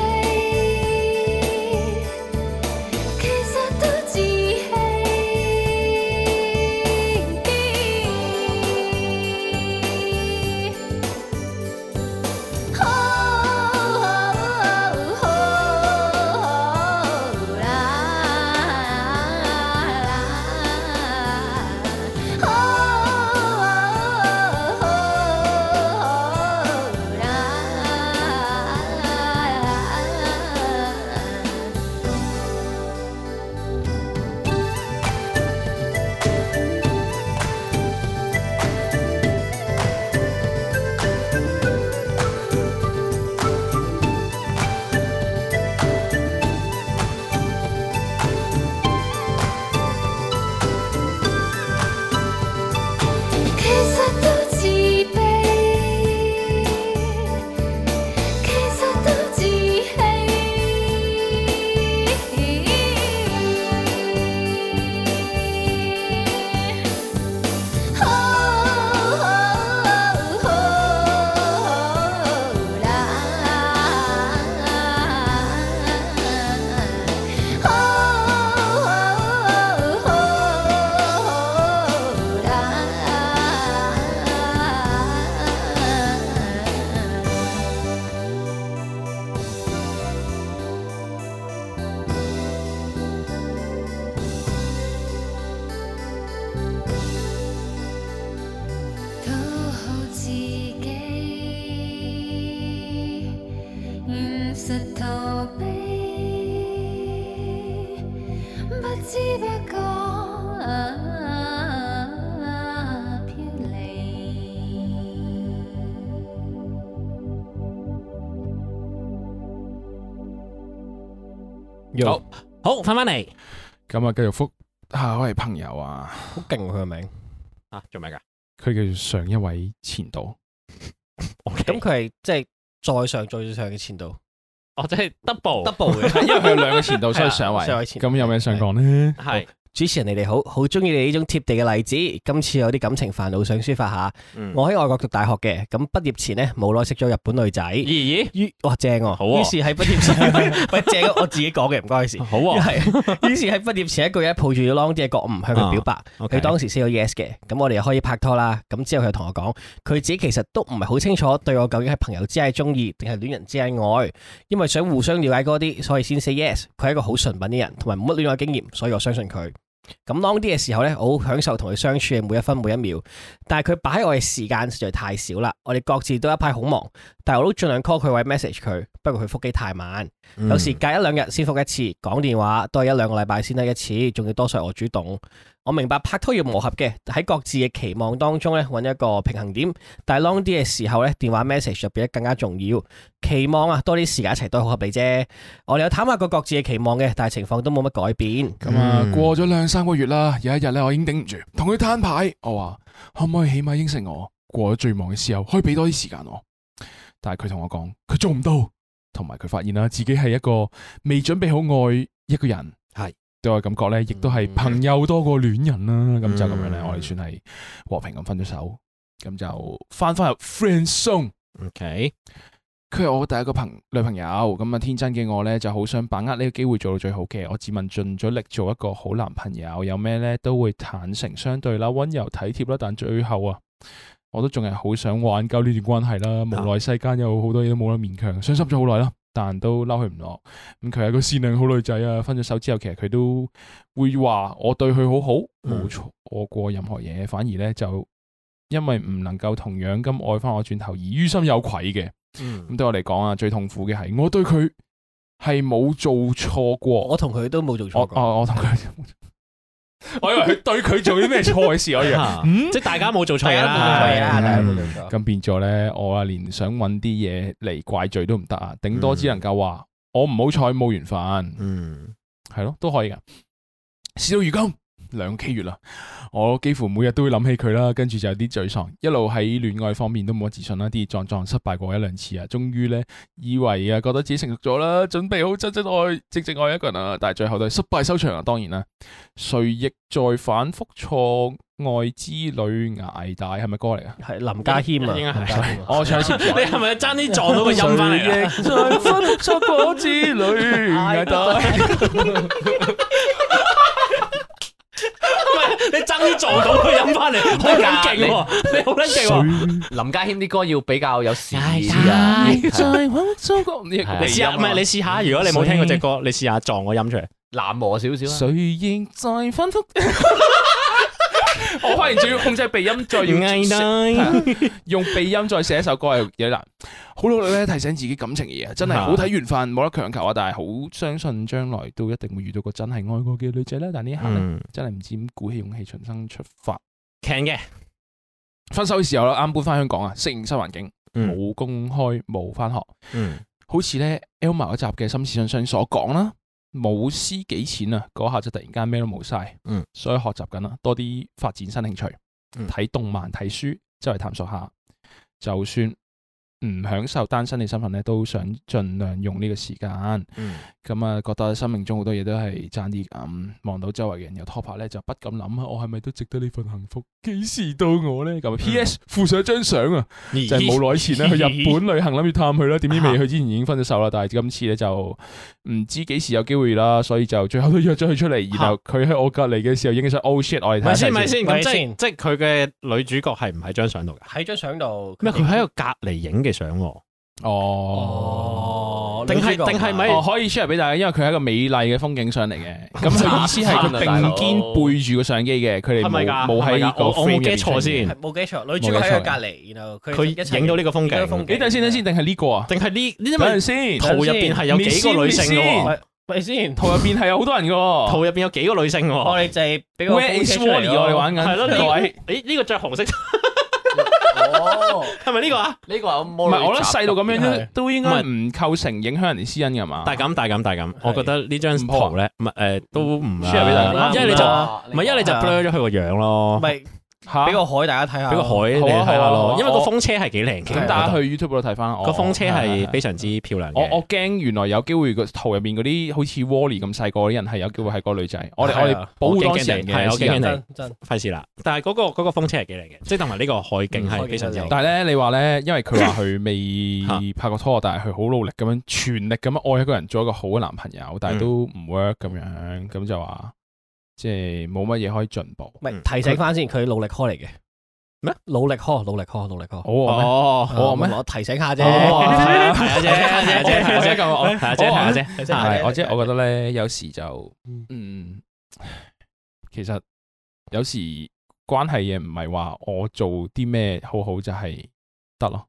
S6: 其實都自欺。其實都自卑，其實都自欺。討好自己，現實逃避，不知不覺啊飄離。
S2: 好，
S1: 好，翻翻嚟
S2: 咁啊，繼續覆下一位朋友啊，
S3: 好勁喎佢個名。
S1: 啊，做咩噶？
S2: 佢叫上一位前度，
S3: 咁佢係即係再上再上嘅前度
S1: 哦，即係 double，
S3: ，double 嘅。
S2: 因為佢有兩個前度，所
S1: 係
S2: 以
S1: 啊
S2: 上位。
S3: 上位前
S2: 咁有咩想講呢？
S1: 係
S3: 主持人你哋好，好中意你呢種貼地嘅例子。今次有啲感情煩惱想抒發下。
S1: 嗯
S3: 我喺外國讀大學嘅，咁畢業前呢，冇耐識咗日本女仔。
S1: 咦
S3: 於哇正喎，
S1: 好喎
S3: 於是喺畢業前， 喂正啊，我自己講嘅，唔關佢事
S1: 咦，。好喎，
S3: 係，於是喺畢業前一個月抱住 long 啲嘅覺悟向佢表白，
S1: OK
S3: 佢當時 say 咗 yes 嘅，咁我哋又可以拍拖啦。咁之後佢又同我講，佢自己其實都唔係好清楚對我究竟係朋友之間嘅中意定係戀人之間嘅愛，因為想互相了解多啲，所以先 say yes。佢係一個好純品嘅人，同埋冇乜戀愛經驗，所以我相信佢。咁 long 啲嘅時候呢，我好享受同佢相處嘅每一分每一秒，但係佢擺喺我嘅時間實在太少啦。我哋各自都一派好忙，但係我都盡量 call 佢或者 message 佢，不過佢覆機太慢。
S1: 嗯
S3: 有時隔一兩日先覆一次，講電話都係一兩個禮拜先得一次，仲要多數係我主動。我明白拍拖要磨合嘅，喺各自嘅期望當中咧揾一個平衡點。但係 long 啲嘅時候咧，電話 message 就變得更加重要。期望啊，多啲時間一齊都係好合理啫。我哋有坦白過各自嘅期望嘅，但係情況都冇乜改變。
S2: 咁啊，
S1: 嗯
S2: 過咗兩三個月啦，有一日咧，我已經頂唔住，同佢攤牌，我話可唔可以起碼應承我，過咗最忙嘅時候，可以俾多啲時間我。但係佢同我講，佢做唔到，同埋佢發現啦，自己係一個未準備好愛一個人，
S1: 係
S2: 對我嘅感覺咧，亦都係
S3: 嗯
S2: 朋友多過戀人啦。咁就咁樣咧，
S1: 嗯
S2: 我哋算係和平咁分咗手，咁就翻翻入 friend zone。
S1: ，OK，
S2: 佢係我第一個朋女朋友，咁啊天真嘅我呢，就好想把握呢個機會做到最好嘅，我自問盡咗力做一個好男朋友，有咩呢都會坦誠相對啦，温柔體貼啦，但最後啊，我都仲係好想挽救呢段關係啦，無奈世間有好多嘢都冇得勉強，傷心咗好耐啦，但都嬲佢唔落。咁佢係個善良好女仔啊，分咗手之後，其實佢都會話我對佢好好，冇
S1: 嗯
S2: 錯過任何嘢，反而咧就因為唔能夠同樣咁愛翻我轉頭，而於心有愧嘅。咁
S1: 嗯
S2: 對我嚟講啊，最痛苦嘅係我對佢係冇做錯過。
S3: 我同佢都冇做
S2: 我
S1: 哦
S2: 哦
S3: 錯
S2: 我
S3: 過。
S2: 我同佢， 我以為佢對佢做啲咩錯嘅事，我以為， 嗯
S1: 啊即，系大家冇做错嘢
S3: 大家冇錯嘢啦
S1: 啦，
S3: 大家冇
S1: 啊嗯
S3: 做錯
S2: 咁變咗咧，我啊連想揾啲嘢嚟怪罪都唔得啊，頂多只能夠話我唔好彩冇緣分，
S1: 嗯，
S2: 係咯，都可以噶。事到如今兩 K 月啦，我幾乎每日都會諗起佢啦，跟住就有啲沮喪，一路喺戀愛方面都冇乜自信啦，跌跌撞撞失敗過一兩次啊，終於咧以為啊覺得自己成熟咗啦，準備好真真愛正正愛一個人啊，但係最後都係失敗收場啊，當然啦，誰亦在反覆錯愛之旅捱大，係咪歌嚟啊？
S3: 係林家謙啊，
S1: 應該係哦
S3: 林家謙啊
S2: 我唱一次。
S1: 你系咪争啲撞到个音翻嚟啊？
S2: 在分錯果之旅捱大。
S1: 你爭啲撞到佢飲翻嚟，好撚勁喎！你好撚勁喎！
S4: 林家謙啲歌要比較有時意啊，
S2: 在我中國，你
S4: 係啊
S1: 你試下，唔係你試下，如果你冇聽過只歌，你試下撞個音出嚟。
S4: 南和少少啊。
S2: 誰亦在反覆。我發現仲要控制鼻音，再要用鼻音再寫一首歌係有啲難。好努力咧提醒自己感情嘅嘢，真係好睇緣分，冇得強求啊！但係好相信將來都一定會遇到個真係愛過嘅女仔啦。但呢一刻咧，
S1: 嗯
S2: 真係唔知點鼓起勇氣重新出發。
S1: ，can 嘅，
S2: 分手嘅時候啦，啱搬翻香港啊，適應新環境，
S1: 嗯
S2: 冇公開，冇翻學。
S1: 嗯
S2: 好似咧 Elma 嗰集嘅《心事信箱》所講啦，冇私己錢啊，嗰下就突然間咩都冇晒，
S1: 嗯，
S2: 所以學習緊啦，多啲發展新興趣，
S1: 嗯
S2: 睇、動漫、睇書，周圍探索下，就算唔享受單身嘅身份咧，都想盡量用呢個時間，
S1: 嗯
S2: 咁啊覺得生命中好多嘢都係爭啲咁，望到周圍嘅人有拖拍咧，就不禁諗下我係咪都值得呢份幸福？幾時到我咧？咁
S1: 嗯
S2: 啊 P.S. 附上張相啊！就係冇耐前 咧去日本旅行諗住探佢啦，點知未去之前已經分咗手啦。但係今次咧就唔知幾時有機會啦，所以就最後都約咗佢出 嚟。然後佢喺我隔離嘅時候影咗張 oh shit，我哋
S1: 咪
S2: 睇
S1: 先
S2: 一
S1: 咪
S2: 睇先。
S1: 先，
S3: 咪
S1: 咁即係
S3: 先
S1: 即係佢嘅女主角係唔喺張相度㗎？
S3: 喺張相度，
S1: 咩？佢喺個隔離影嘅相喎，
S2: 哦。
S3: 哦，
S1: 定係
S3: 女主角
S1: 定係咪
S2: 哦，可以 share 俾大家，因為佢係一個美麗嘅風景相 嚟嘅。咁佢意思係
S1: 啊
S2: 佢
S4: 大佬
S2: 並肩背住個相機嘅，佢哋
S1: 係咪
S2: 冇
S1: 㗎
S2: 冇
S1: 係咪
S2: 喺
S1: 㗎
S2: 個
S1: 我我冇
S2: frame 入邊
S1: get 錯
S2: 出現
S1: 先
S3: 係冇記錯，女主角喺佢隔離，然後佢
S1: 佢影到呢個
S3: 影到
S1: 風
S3: 風
S1: 景
S3: 景。
S2: 你等先，等先，定係呢個啊？
S1: 定係呢？呢因
S2: 等陣
S1: 為
S2: 先，
S1: 圖入邊係有幾個女哦性嘅
S2: 你先你
S1: 喎，
S3: 喂，咪先，
S2: 圖入邊係有好多人嘅喎。
S1: 圖入邊有幾個女性
S3: 我
S1: 喎。
S3: 哋就係俾個
S2: Where is
S3: 風車出嚟
S2: Wally？我哋玩緊，
S1: 係咯，呢
S2: 各位。
S1: 個咦呢個著紅色
S4: 哦，
S1: 係咪呢個啊？
S4: 呢個有
S2: 唔
S4: 唔
S2: 係，我覺得細到咁樣都都應該
S1: 唔
S2: 唔構成影響人哋私隱噶嘛。
S1: 大減大減大減，我覺得呢張
S2: 唔破啊
S1: 圖咧，唔係誒都唔啊
S2: share 俾大
S4: 啊
S3: 家
S1: 因為你就
S3: 唔
S1: 唔係因為你就
S3: 係啊
S1: blur 咗佢個樣咯。
S3: 咪啊
S2: 嚇
S3: 俾個海大家睇下，
S1: 俾個海你睇
S2: 好
S1: 下
S2: 啊好啊
S1: 咯，因為個風車係幾靚嘅。
S2: 咁大家去 YouTube 嗰度睇翻啦。
S1: 我
S2: 我
S1: 覺得個風車係非
S2: 係
S1: 常之漂亮
S2: 我
S1: 嘅。
S2: 我驚原來有機會個圖入邊嗰啲好似 Wally 咁細個嗰啲人係有機會係個女仔。我哋我
S3: 係
S2: 哋
S3: 啊
S2: 保護
S1: 我驚
S2: 當事人
S1: 驚地係
S2: 嘅
S1: 我
S2: 私
S1: 驚驚地。
S2: 隱
S3: 真真
S1: 費事啦，但係嗰個嗰個風車係幾靚嘅，即係同埋呢個海景係非常之好。
S2: 但係咧，你話咧，因為佢話 佢未拍過拖，但係佢好努力咁樣，全力咁樣愛一個人，做一個好嘅男朋友，但
S1: 嗯
S2: 係都唔 work 咁樣，咁就話即係冇乜嘢可以進步。
S3: 咪
S1: 嗯
S3: 提醒翻先，佢努力開嚟嘅
S1: 咩？
S3: 努力開，努力開，努力開。
S2: 好啊咩
S1: 哦，
S2: 好啊咩
S3: 啊我提醒下啫。
S2: 哦
S1: 係啊係啊啫，係啊啫，係
S2: 我我
S1: 啊啫，係啊啫，係啊
S2: 係，
S1: 啫。
S2: 我即係我覺得咧，有時就嗯，其實有時關係嘅唔係話我做啲咩好好就係得咯，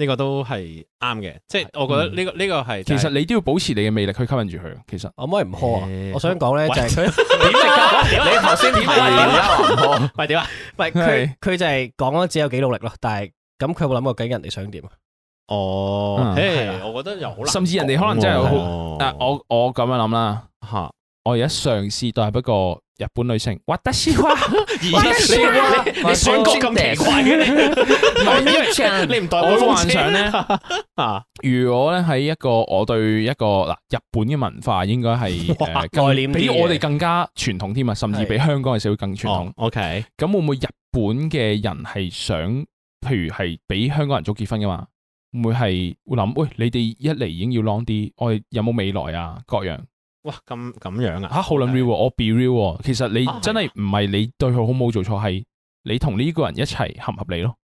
S1: 呢個都係啱嘅，即係我覺得呢個呢個係
S2: 其 實你都要保持你嘅魅力去吸引住佢。其實
S3: 可唔可以唔開啊
S1: 誒？
S3: 我想講咧就係佢，
S1: 你頭先點啊
S4: 係
S1: 喂點啊？
S3: 唔係
S2: 係
S3: 佢佢就係講咗自己有幾努力咯，但係咁佢有冇諗過究竟人哋想點啊？
S1: 哦，誒，我覺得又好難，
S2: 甚至人哋可能真係好，啊
S1: 好
S2: 我我咁樣諗啦，
S1: 嚇。
S2: 我而家嘗試代不過日本女性，哇得西哇，
S1: 而 你你選角咁奇怪嘅你， 你唔代表
S2: 我幻想咧，
S1: 啊？
S2: 如果咧喺一個我對一個嗱日本嘅文化應該 係
S3: 哇
S2: 誒更
S3: 內斂啲
S2: 比
S3: 嘅
S2: 我哋更加傳統添啊，甚至比
S3: 係
S2: 香港嘅社會更傳統
S1: 哦。，OK，
S2: 咁會唔會日本嘅人係想，譬如係比香港人早結婚噶嘛？會唔會係會諗，喂，你哋一嚟已經要 long 啲，我哋有冇未來啊？各樣
S1: 哇，咁咁樣啊？
S2: 嚇好撚 real，喎我 be real 喎。其實你
S1: 啊係啊
S2: 真係唔係你對佢好冇做錯，係你同呢個人一齊合唔合理咯？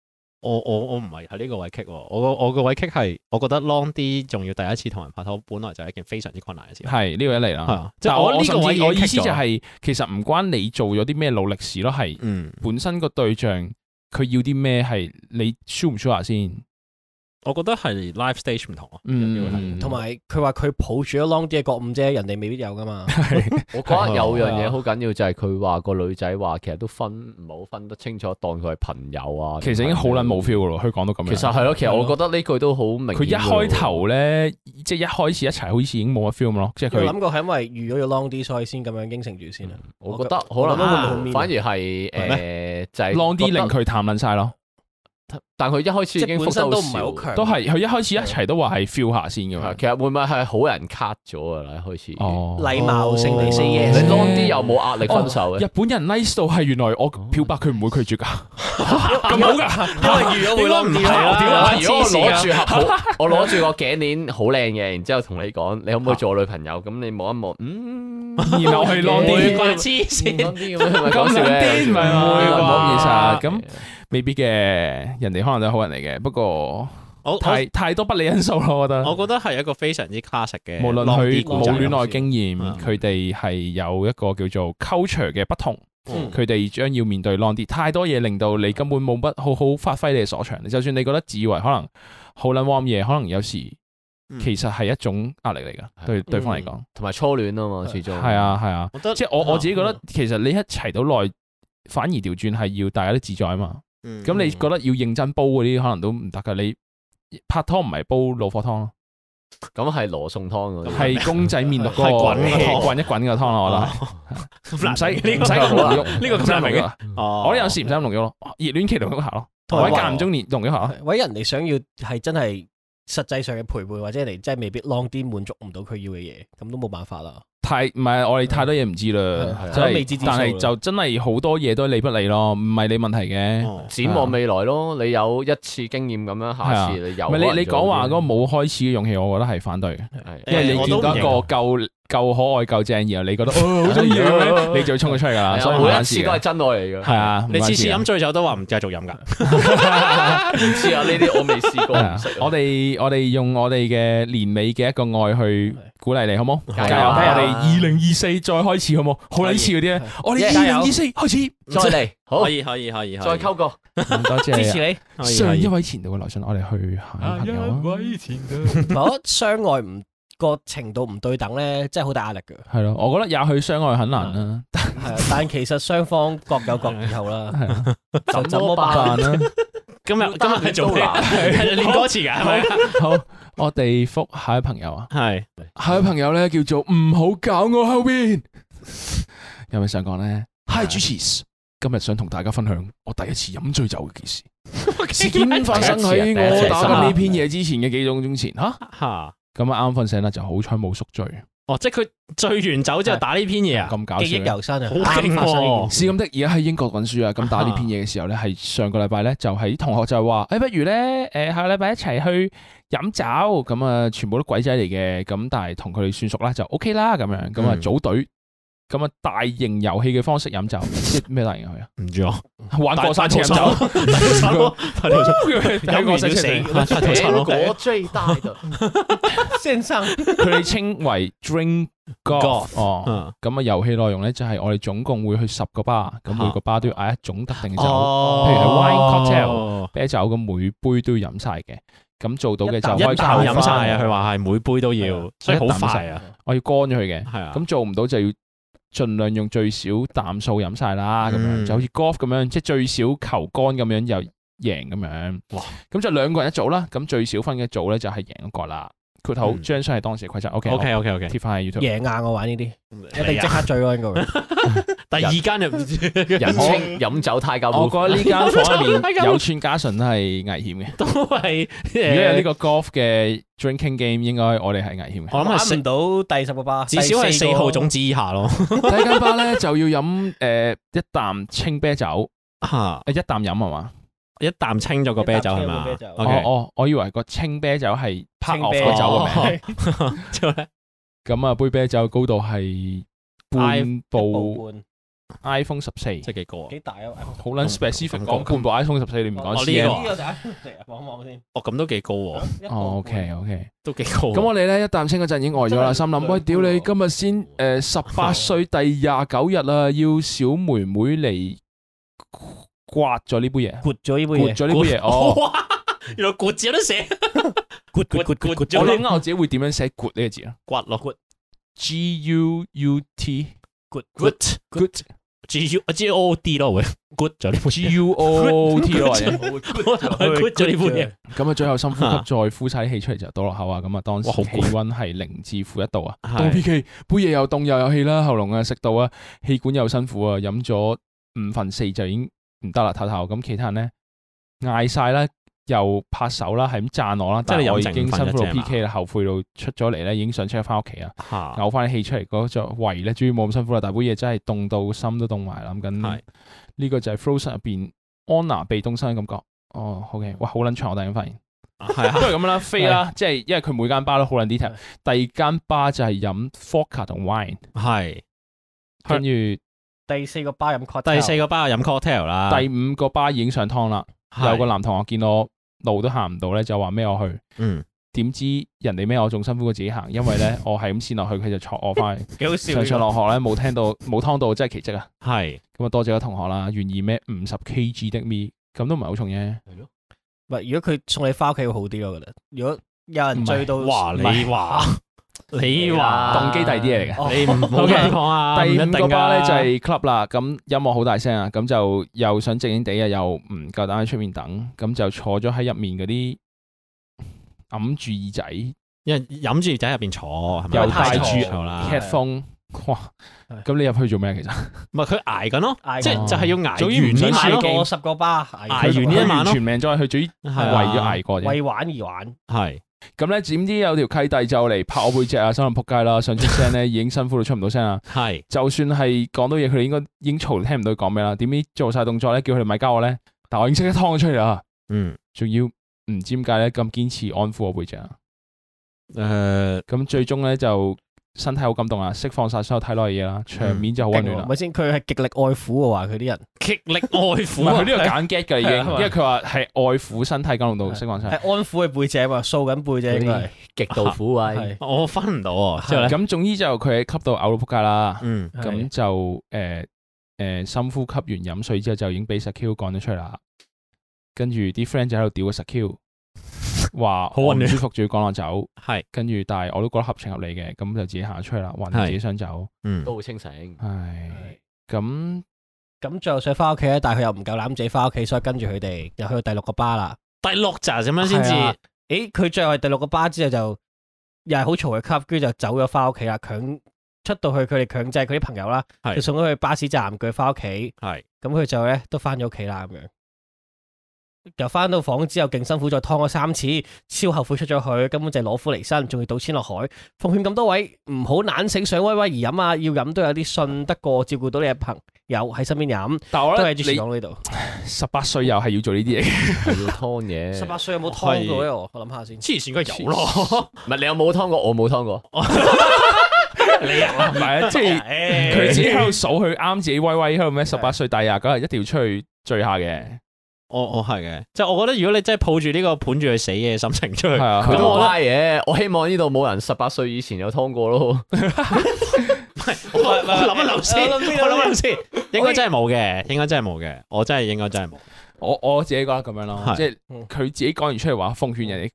S1: 我我我唔係喺呢個位棘喎，我個我個位棘係，我覺得 long 啲，仲要第一次同人拍拖，本來就係一件非常之困難嘅事。係
S2: 係呢個一嚟啦。
S1: 啊，即
S2: 即
S1: 係
S2: 係
S1: 我呢個
S2: 甚
S1: 位已
S2: 至
S1: 經
S2: 我意思
S1: 棘咗
S2: 就係其實唔關你做咗啲咩努力事咯，係
S1: 嗯，
S2: 本身個對象佢要啲咩係你 sure 唔 sure 先？
S1: 我覺得係 life stage 唔同咯。
S2: 嗯
S1: 有機會係
S2: 嗯
S3: 同埋佢話佢抱住咗 long 啲嘅覺悟啫，人哋未必有噶嘛。
S4: 我覺得有樣
S2: 係啊
S4: 嘢好緊要就係佢話個女仔話其實都分唔係好分得清楚，當佢係朋友啊。
S2: 其實已經好撚冇 feel 噶咯，佢講到咁樣。
S4: 其實係咯，其實我覺得呢句都好明顯㗎喎。
S2: 佢一開頭咧，即係一開始一齊，好似已經冇乜 feel 咁咯，即係
S3: 我
S2: 佢
S3: 諗過係因為預咗要 long 啲，所以先咁樣應承住先啊。
S4: 我覺得
S3: 我
S4: 可
S3: 覺得會唔會好
S4: 能啊
S3: mean
S4: 反而係誒就係
S2: long 啲令
S4: 覺得，
S2: 佢淡撚晒咯。
S4: 但佢一開始
S3: 即
S4: 已
S3: 係
S4: 經
S3: 本身都唔係
S4: 係
S3: 好強，
S2: 都係佢一開始一齊都話係 feel 下先噶嘛
S4: 係。其實會唔會係好人 cut 咗啊？啦，一開始
S2: 哦，
S3: 禮貌性地 say
S4: 你
S3: yes。
S4: long 啲又冇壓力分手嘅
S2: 日。本人 nice 到係原來我表白佢唔會拒絕㗎，咁好㗎。
S1: 因為預咗會 long 啲
S3: 啊
S2: 啦
S4: 係啦如果我
S1: 黐
S2: 啊
S4: 攞
S1: 線
S4: 住盒好， 我攞住個頸鏈好靚嘅，然之後同你講，你可唔可以做我女朋友？咁你望一望，嗯，
S2: 然後係 long
S1: 會
S2: 啲，
S1: 啩黐線，
S4: 啲咁樣係
S2: 咁
S4: 咪講笑
S2: 兩
S4: 咧
S2: 邊咪
S1: 唔會
S2: 唔
S1: 啩
S2: 好啊現實，咁未必嘅，人哋可能都係好人嚟嘅，不過
S1: 我我
S2: 太太多不利因素咯，我覺得。
S1: 我覺得係一個非常之 classic 嘅，
S2: 無論佢冇戀
S1: 戀
S2: 愛經驗
S1: 嗯，
S2: 佢哋係有一個叫做 culture 嘅不同，
S1: 嗯
S2: 佢哋將要面對 long 啲太多嘢，令到你根本冇乜好好發揮你嘅所長。就算你覺得自以為可能好撚 warm 嘢，可能有時
S1: 嗯
S2: 其實係一種壓力嚟㗎，
S4: 係
S2: 對對方嚟講，
S4: 同埋初戀啊嘛，始
S1: 嗯
S4: 終
S2: 係，啊係啊，
S1: 我覺得
S2: 即係我我自己覺得其實你一齊到耐，反而調轉係要大家都自在啊嘛。
S1: 嗯
S2: 咁你覺得要認真煲嗰啲可能都唔得㗎，你拍拖唔係煲老火湯 咯。
S4: 咁係羅宋湯嗰啲，
S2: 係公仔麵度嗰個
S1: 係滾嘅
S2: 係 滾一滾嘅湯咯，我覺得係
S1: 咁
S2: 唔使
S1: 呢
S2: 唔
S1: 個啊
S2: 使咁濃郁，
S1: 呢個咁難明嘅，哦
S2: 我都有時唔使咁濃郁咯，熱戀期濃郁下咯，
S3: 同
S2: 或
S3: 埋
S2: 者間唔中年濃郁下咯，
S3: 或者人哋想要係真係實際上嘅陪伴，或者人哋真係未必 long 啲滿足唔到佢要嘅嘢，咁都冇辦法啦。
S2: 太唔係我哋太多嘢唔知啦
S4: 係，
S2: 真
S3: 係
S2: 係
S3: 未知之數
S2: 但
S3: 啦
S2: 係就真係好多嘢都係理不理咯，唔係你問題嘅。
S1: 哦
S4: 展望未來咯。你有一次經驗咁樣，下次你有啊
S2: 唔係
S4: 可能
S2: 你你講話嗰個
S4: 做啲
S2: 冇開始嘅勇氣，我覺得係反對嘅，
S4: 係
S2: 因為你
S1: 我
S2: 見
S1: 都
S2: 到
S1: 唔
S2: 一
S1: 認
S2: 個夠夠可愛夠正，然後你覺得哦好中意咁樣，你就要衝佢出去㗎啦，所以唔
S4: 啊每一
S2: 關事
S4: 次都係
S2: 嘅。
S4: 真愛
S2: 係
S4: 嚟㗎。
S2: 啊，唔
S1: 你
S2: 關
S1: 次
S2: 事
S1: 次
S2: 嘅
S1: 飲醉酒都話唔繼續飲㗎，
S4: 唔知啊，呢啲我未試過，
S2: 係啊
S4: 唔識啊
S2: 我哋我哋用我哋嘅年尾嘅一個愛去鼓勵你，好冇？
S1: 啊
S4: 加油
S2: 加油！
S4: 加油
S2: 我哋二零二四再開始，好冇？好撚似嗰啲咧，我哋二零二四開始。
S4: 再嚟，好
S1: 可，以可以可以，可
S4: 再
S1: 以
S4: 溝過。
S2: 多
S3: 支持
S2: 謝
S3: 你，
S1: 可以可
S2: 上
S1: 以
S2: 一位前度嘅來信，我哋去下一位朋友啊啊。
S3: 我覺得相愛唔個程度唔對等咧，真係好大壓力 㗎。
S2: 係咯，我覺得也許相愛很難啦，
S3: 係啊，但其實雙方各有各以後 啦，
S2: 係啊
S3: 就怎麼
S2: 好啊
S3: 辦？
S2: 辦啦。
S1: 今日今日係做咩？
S4: 都難
S1: 係練歌詞㗎係咪？
S2: 好，我哋覆下一位朋友啊。
S1: 係
S2: 下一位朋友咧叫做唔好搞我後邊，有咩想講咧？Hi 主持，今日想同大家分享我第一次飲醉酒嘅件事。事件發生喺我打緊呢篇嘢之前嘅幾鐘鐘前吓，
S1: 嚇
S2: 咁啊啱瞓醒啦，就好彩冇宿醉，
S1: 哦，即係佢醉完酒之後
S3: 係
S1: 打呢篇嘢啊，
S2: 咁搞
S3: 記
S2: 笑
S3: 憶
S2: 呢。
S3: 猶新啊，
S1: 好勁
S3: 啱發生呢件
S1: 喎！
S2: 是咁的，而家喺英國揾書啊，咁打呢篇嘢嘅時候咧，係上個禮拜咧就喺同學就話，誒不如咧，誒下個禮拜一齊去飲酒，咁啊全部都鬼仔嚟嘅，咁但係同佢哋算熟啦，就 OK 啦咁樣，咁啊
S1: 嗯
S2: 組隊，咁啊大型遊戲嘅方式飲酒，即係咩大型遊戲啊？
S1: 唔知啊，
S2: 玩過 山車飲酒，
S1: 酒，大肚腩
S2: 睇過山 車
S1: 有完要死大肚腩
S4: 全國 最大的
S3: 事先 生，
S2: 佢哋稱為 drink golf 哦。
S1: 嗯
S2: 咁啊，遊戲內容咧就係我哋總共會去十個巴，咁每個巴都要嗌一種特定嘅酒，
S1: 哦
S2: 譬如係 wine cocktail 啤酒咁每杯都要飲晒嘅。咁做到嘅就
S3: 一
S2: 開
S3: 啖
S1: 一
S2: 咖
S1: 啖
S2: 啡
S1: 飲晒啊！佢話係每杯都
S2: 係
S1: 要
S2: 啊，
S1: 所以好
S2: 一啖飲
S1: 快
S2: 晒
S1: 啊，
S2: 我要乾咗佢嘅。
S1: 係啊。
S2: 咁做唔到就要盡量用最少啖數飲晒啦，咁樣
S1: 嗯
S2: 就好似 golf 咁樣，即係最少球杆咁樣又贏咁樣。
S1: 哇！
S2: 咁就兩個人一組啦，咁最少分嘅一組咧就係贏一個啦。括號
S1: 嗯
S2: 張相係當時嘅規則。OK
S1: O K O K O K，
S2: 貼翻喺 YouTube。
S3: 贏硬我玩呢啲，一定
S1: 你
S3: 即刻醉咯應該會。
S1: 第二間就唔知
S4: 人稱飲酒太監
S2: 我
S4: 污，
S2: 覺得呢間房入面有村家純都係危險嘅。
S1: 都係
S2: 如果有呢
S1: 誒，
S2: 個 golf 嘅 drinking game，應該我哋係危險嘅。
S1: 我諗係
S3: 玩
S1: 四
S3: 唔到第十個巴，
S1: 至少係四號種子以下咯。
S2: 第一間巴咧就要飲誒一啖清啤酒，呃
S1: 嚇，
S2: 誒一啖飲係嘛？
S1: 啊一啖清咗個啤酒係嘛
S3: 一啖清咗個啤酒
S2: 哦
S1: ？OK，
S2: 哦，我以為個清啤酒係 part
S3: 清
S2: of
S3: 啤
S2: 個酒嘅名。
S1: 名。 之後咧，
S2: 咁啊，杯啤酒高度係半
S1: 嗌
S2: 步 iPhone 十四，
S1: 即係幾高啊？
S3: 幾大啊？
S2: 好撚 specific
S1: 咁
S2: 講半部 iPhone 十四，你唔講
S1: 哦呢個
S2: CM。
S1: 啊
S3: 呢個就係望一望先。
S1: 哦，咁都幾高喎，
S2: 哦，OK OK。
S1: 都幾高喎。
S2: 咁我哋咧一啖清嗰陣已經呆咗啦，
S3: 真係
S2: 心諗
S3: 兩
S2: 喂，屌你
S3: 杯
S2: 今日先誒十
S1: 哦
S2: 八歲第廿九日啦，要小妹妹嚟刮咗呢杯嘢，
S3: 豁咗呢杯
S2: 刮
S3: 嘢，
S2: 咗呢杯嘢。哦，
S1: 哇！原來括字有得 寫，
S3: 豁
S1: 豁
S3: 豁
S1: 豁
S3: 豁
S1: 豁
S3: 豁
S1: 咗
S2: 我
S3: 咗
S2: 諗下我自己會點樣寫刮呢個字啊
S1: 刮落括
S2: ？G U U T
S3: 豁
S1: good
S2: good
S1: G U G O D 咯會 good 咗呢杯
S2: G U O T 咯，或者
S1: 我 good 咗呢杯嘢。
S2: 咁啊，最後深呼吸再呼晒啲氣出嚟就多落口啊！咁啊，當時
S1: 哇好攰
S2: 氣温係零至負一度啊，
S1: 係
S2: 當 P K 杯嘢又凍又有氣啦，喉嚨啊食到啊，氣管又辛苦啊，飲咗五分四就已經唔得啦，唞唞。咁其他人咧嗌晒啦，又拍手啦，係咁讚我啦，
S1: 即係
S2: 但
S1: 你
S2: 係我已
S1: 飲剩
S2: 經
S1: 五分
S2: 辛苦到
S1: 一啫
S2: P
S1: 嘛
S2: K 啦，後悔到出咗嚟咧，已經想出去翻屋企啊，
S1: 嚇
S2: 嘔翻啲氣出嚟嗰隻胃咧，終於冇咁辛苦啦，但杯嘢真係凍到心都凍埋，諗緊
S1: 係
S2: 呢個就係 Frozen 入邊安娜被凍身嘅感覺。哦，OK，哇，好撚長，我突然間發現。
S1: 係
S2: 都
S1: 啊，
S2: 係咁啦，飛啦，即係因為佢每間巴都好撚 detail。第二間巴就係飲 Vodka 同 wine，
S1: 係
S2: 跟住第
S3: 第四個巴飲 c o
S1: 第四個巴飲 cocktail 啦，
S2: 五個巴已經上湯啦。
S1: 係
S2: 有個男同學見我路都行唔到咧，就話孭我去。
S1: 嗯
S2: 點知人哋孭我仲辛苦過自己行，因為 咧我係咁跣落去，佢就戳我翻 去。
S3: 幾好笑
S2: 上上落落咧冇聽到冇湯到，真係奇蹟啊！
S1: 係
S2: 咁啊多謝個同學啦，願意孭五十 kg 的 me，咁都唔係好重啫。
S3: 唔係，如果佢送你翻屋企會好啲，我覺得。如果有人醉到，
S1: 哇
S3: 唔係
S1: 你話 你
S2: 動
S1: 話
S2: 機第二啲 嘢嚟嘅。
S1: 你唔好
S2: 哦 OK，
S1: 咁講啊，
S2: 啊第五個巴
S1: 巴
S2: 咧就係 club 啦，咁音樂好大聲啊，咁就又想靜靜地啊，又唔夠膽喺出面等，咁就坐咗喺入面嗰啲揞住耳仔
S1: 因為飲住仔入邊坐，係咪
S2: 又戴住
S1: 坐啦，
S2: headphone，哇！咁你入去做咩其實？
S1: 唔係佢捱緊咯，
S3: 捱緊
S1: 即係就係要捱
S2: 總之唔
S1: 完
S2: 想
S1: 呢
S2: 輸
S1: 晚
S3: 捱
S1: 咯，
S3: 過十個巴，捱
S1: 捱完呢一晚咯
S2: 佢全命再去，最
S1: 係啊
S2: 為咗捱過啫。
S3: 為玩而玩，
S1: 係
S2: 咁咧，點知有條契弟就嚟拍我背脊啊，心諗仆街啦！上次聲咧已經辛苦到出唔到聲啊啦，
S1: 係
S2: 就算係講到嘢，佢哋應該已經嘈聽唔到佢講咩啦。點知做晒動作咧，叫佢哋咪交我咧，但我已經識得劏咗出嚟啦。
S1: 嗯
S2: 仲要唔知點解咧咁堅持安撫我背脊啊！
S1: 誒
S2: 咁最終咧就身體好感動啊，釋放晒所有體內嘅嘢啦，場面就好
S1: 啊
S2: 温暖啦
S3: 係。咪先？佢係極力愛撫嘅話，佢啲人
S1: 極力愛
S2: 唔
S1: 撫
S2: 係
S1: 啊
S2: 佢呢個揀 get 㗎啦已經，
S3: 係啊係啊
S2: 因為佢話係愛撫身體感動到釋放
S3: 係
S2: 晒。
S3: 安撫佢背脊啊嘛，掃緊背脊應該
S4: 極度苦
S3: 係
S4: 位，
S1: 我分唔到喎，之後咧，
S2: 咁總之就佢喺吸到嘔到仆街啦。
S1: 嗯
S3: 係
S2: 咁就誒誒深呼吸完飲水之後就已經俾石 Q 趕咗出嚟啦。跟住啲 friend 就喺度屌個石 Q，話
S1: 好
S2: 我
S1: 温
S2: 唔
S1: 暖
S2: 舒服，仲要趕我走。
S1: 係
S2: 跟住但係我都覺得合情合理嘅，咁就自己行咗出去啦，話自己想走。
S1: 嗯
S4: 都好清醒。
S2: 唉，咁
S3: 咁最後想翻屋企咧，但係佢又唔夠攬自己翻屋企，所以跟住佢哋又去到第六個巴啦。
S1: 第六集咁樣先至
S3: 係啊誒，佢最後係第六個巴之後就又係好嘈嘅級，跟住就走咗翻屋企啦。強出到去佢哋強制佢啲朋友啦，
S1: 係
S3: 就送咗去巴士站，佢翻屋企，
S1: 係
S3: 咁佢就咧都翻咗屋企啦咁樣。又翻到房之後，勁辛苦，再劏咗三次，超後悔出咗去，根本就係攞苦離身，仲要賭錢落海。奉勸咁多位唔好懶醒想威威而飲啊，要飲都有啲信得過，照顧到你嘅朋友喺身邊飲，
S2: 但係我
S3: 都
S2: 覺得
S3: 係主持
S2: 你
S3: 講呢度。
S2: 十八歲又係要做呢啲嘢嘅，
S4: 係要劏 嘢。
S3: 十八歲有冇
S1: 係
S3: 劏過咧？我我諗下先。
S1: 黐線，佢有咯，
S4: 唔係你有冇劏過？我冇劏過。
S1: 你啊，
S2: 唔 係啊，即係 佢自己喺度數佢啱自己威威喺度咩？十八歲第廿九日一定要出去聚下嘅，
S1: 我我係嘅，即係我覺得如果你真係抱住呢個盤住去死嘅心情出去
S2: 係，啊，佢
S4: 佢都
S2: 都
S4: 冇拉嘢，我希望呢度冇人十八歲以前有劏 過咯。
S1: 我我諗一諗先，我
S3: 我諗先
S1: 諗一諗先，應該真係冇嘅，應該真係冇嘅，我真係應該真係冇，
S2: 我我自己覺得咁樣咯，
S1: 係嗯
S2: 即係
S3: 嗯
S2: 佢自己講完出嚟話，奉勸人哋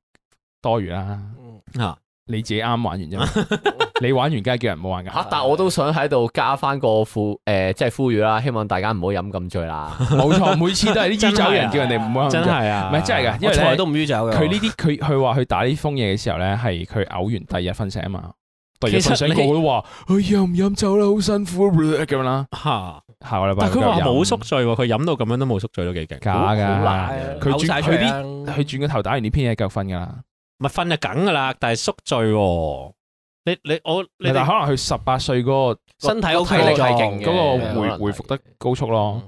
S2: 多餘啦，
S3: 嗯
S2: 你自己啱玩完啫嘛， 你玩完梗係叫人唔好玩
S4: 嚇
S2: 噶，！
S4: 但我都想喺度加翻個呼誒，即係呼籲啦，希望大家唔好飲咁醉啦。
S2: 冇錯，每次都 係啲
S1: 真
S2: 酗
S1: 係啊
S2: 酒人叫人哋唔好玩
S1: 真
S2: 咁
S1: 係啊，
S2: 唔嗯係真係㗎因為
S3: 我從
S2: 咧
S3: 來都唔酗酒嘅。
S2: 佢呢啲佢佢話佢打呢封嘢嘅時候咧，係佢嘔完第二日瞓醒啊嘛，第二日
S1: 其
S2: 瞓
S1: 實
S2: 醒
S1: 你
S2: 個個都話：哎呀唔飲酒啦，好辛苦咁樣啦。
S1: 嚇，
S2: 下個禮拜
S1: 但係佢話
S2: 又飲
S1: 冇宿醉喎，佢飲到咁樣都冇宿醉都幾勁，
S2: 假
S4: 好
S2: 㗎，
S4: 難
S3: 係
S2: 啊
S3: 啊
S2: 佢
S3: 嘔
S2: 轉
S3: 晒
S2: 佢
S3: 出嚟
S2: 啲
S3: 啦
S2: 佢轉個頭打完呢篇嘢繼續瞓㗎啦。
S1: 唔係瞓就梗㗎啦，但係宿醉喎，你你我你
S2: 但係
S1: 哋
S2: 可能佢十八歲嗰個
S3: 身體 O
S4: 體
S3: K
S4: 力
S3: 力
S4: 係勁嘅
S2: 嗰個
S4: 係可
S2: 回
S4: 能係
S2: 回復得高速咯。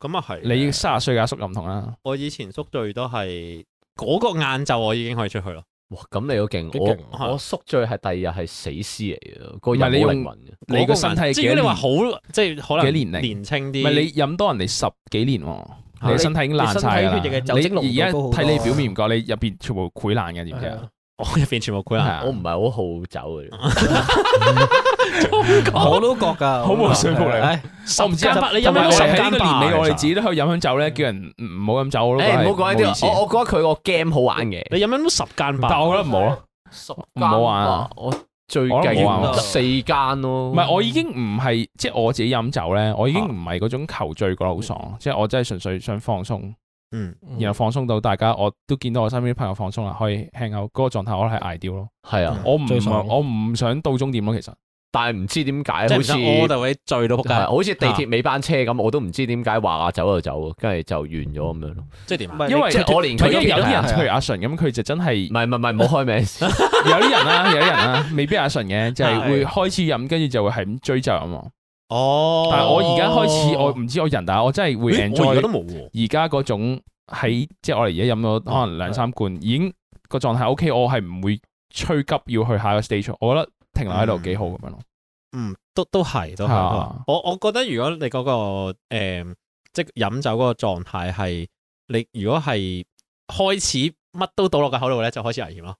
S1: 咁啊係，
S2: 你三十歲嘅阿叔又唔同啦。
S1: 我以前宿醉都係嗰個晏晝我已經可以出去咯，
S4: 哇！咁你都
S3: 幾
S4: 勁，
S3: 勁
S1: 啊
S4: 我我宿醉係第二日係死屍嚟嘅，個
S2: 唔係
S4: 人
S2: 你
S4: 冇
S2: 用
S4: 靈魂嘅。
S2: 你個身體
S1: 即係如果你話
S2: 話
S1: 好，即係可能
S2: 幾年齡
S1: 年青
S2: 唔
S1: 啲，
S2: 係你飲多人哋十幾年喎，
S1: 你
S2: 你身體已經爛晒啦。
S3: 你身體血液嘅酒精濃
S2: 你而家
S3: 度高好多
S2: 睇你表面唔覺，你入邊全部潰爛嘅，知唔知
S3: 係
S2: 啊？
S1: 我入邊全部攰
S2: 係
S1: 啦，
S2: 啊
S4: 我唔係好好酒嘅 啫，
S3: 我都覺㗎，
S2: 好冇說服力
S3: 唉
S2: 我唔知啊
S1: 十間八你飲
S2: 同埋
S1: 咗
S2: 我
S1: 十
S2: 哋
S1: 間
S2: 喺呢個
S1: 八其實
S2: 年尾，我哋自己都喺度飲緊酒咧，叫人唔唔好飲酒咯。
S4: 誒唔好講呢
S2: 冇意思
S4: 啲，我我覺得佢個 game 好玩嘅，
S1: 你飲飲都十間
S2: 但
S1: 吧，
S2: 我覺得唔好咯。
S4: 十
S2: 唔好玩啊
S4: 間吧！我最
S2: 我都冇玩
S4: 勁
S3: 啊
S4: 四間咯，
S2: 唔係，我已經唔係即係我自己飲酒咧，我已經唔係嗰種求醉覺得好爽，即係我真係純粹想放鬆，
S1: 嗯，
S2: 然後放鬆到大家我都見到我身邊啲朋友放鬆啦，可以 hang out 嗰個狀態，我係 ideal 咯。
S4: 係啊，
S2: 我唔
S3: 最爽
S2: 我唔想到終點咯，其實
S4: 但係唔知點解
S1: 即係
S4: 好
S1: 唔
S4: 似
S1: 想 order 位醉到仆
S4: 係啊
S1: 街，
S4: 好似地
S2: 啊
S4: 鐵尾班車咁，我都唔知點解話啊走就走，跟住就完咗咁樣咯。
S1: 即係點啊？
S3: 唔係
S2: 因為
S4: 即係我連
S2: 唔係
S4: 佢
S2: 因為有啲人
S3: 係啊
S2: 譬如阿純咁，佢就真係
S4: 唔係唔係唔係冇開名先，
S2: 有啲人啦，有啲人啦，未必阿純嘅，就係
S1: 係
S2: 會開始飲，跟住就會係咁追酒飲喎。
S1: 哦
S2: 但係我而家開始，我唔知我人，但係我真係會
S1: 咦我而家都
S2: enjoy
S1: 冇喎，
S2: 而家嗰種喺即係我哋而家飲咗可能兩三罐，已經個狀態 OK，我係唔會催急要去下一個 stage，我覺得停留喺度幾好咁樣咯。
S1: 嗯，都都係都係
S2: 係啊
S1: 都係，我我覺得如果你嗰個誒，即係飲酒嗰個狀態係你如果係開始乜都倒落個口度咧，就開始危險咯。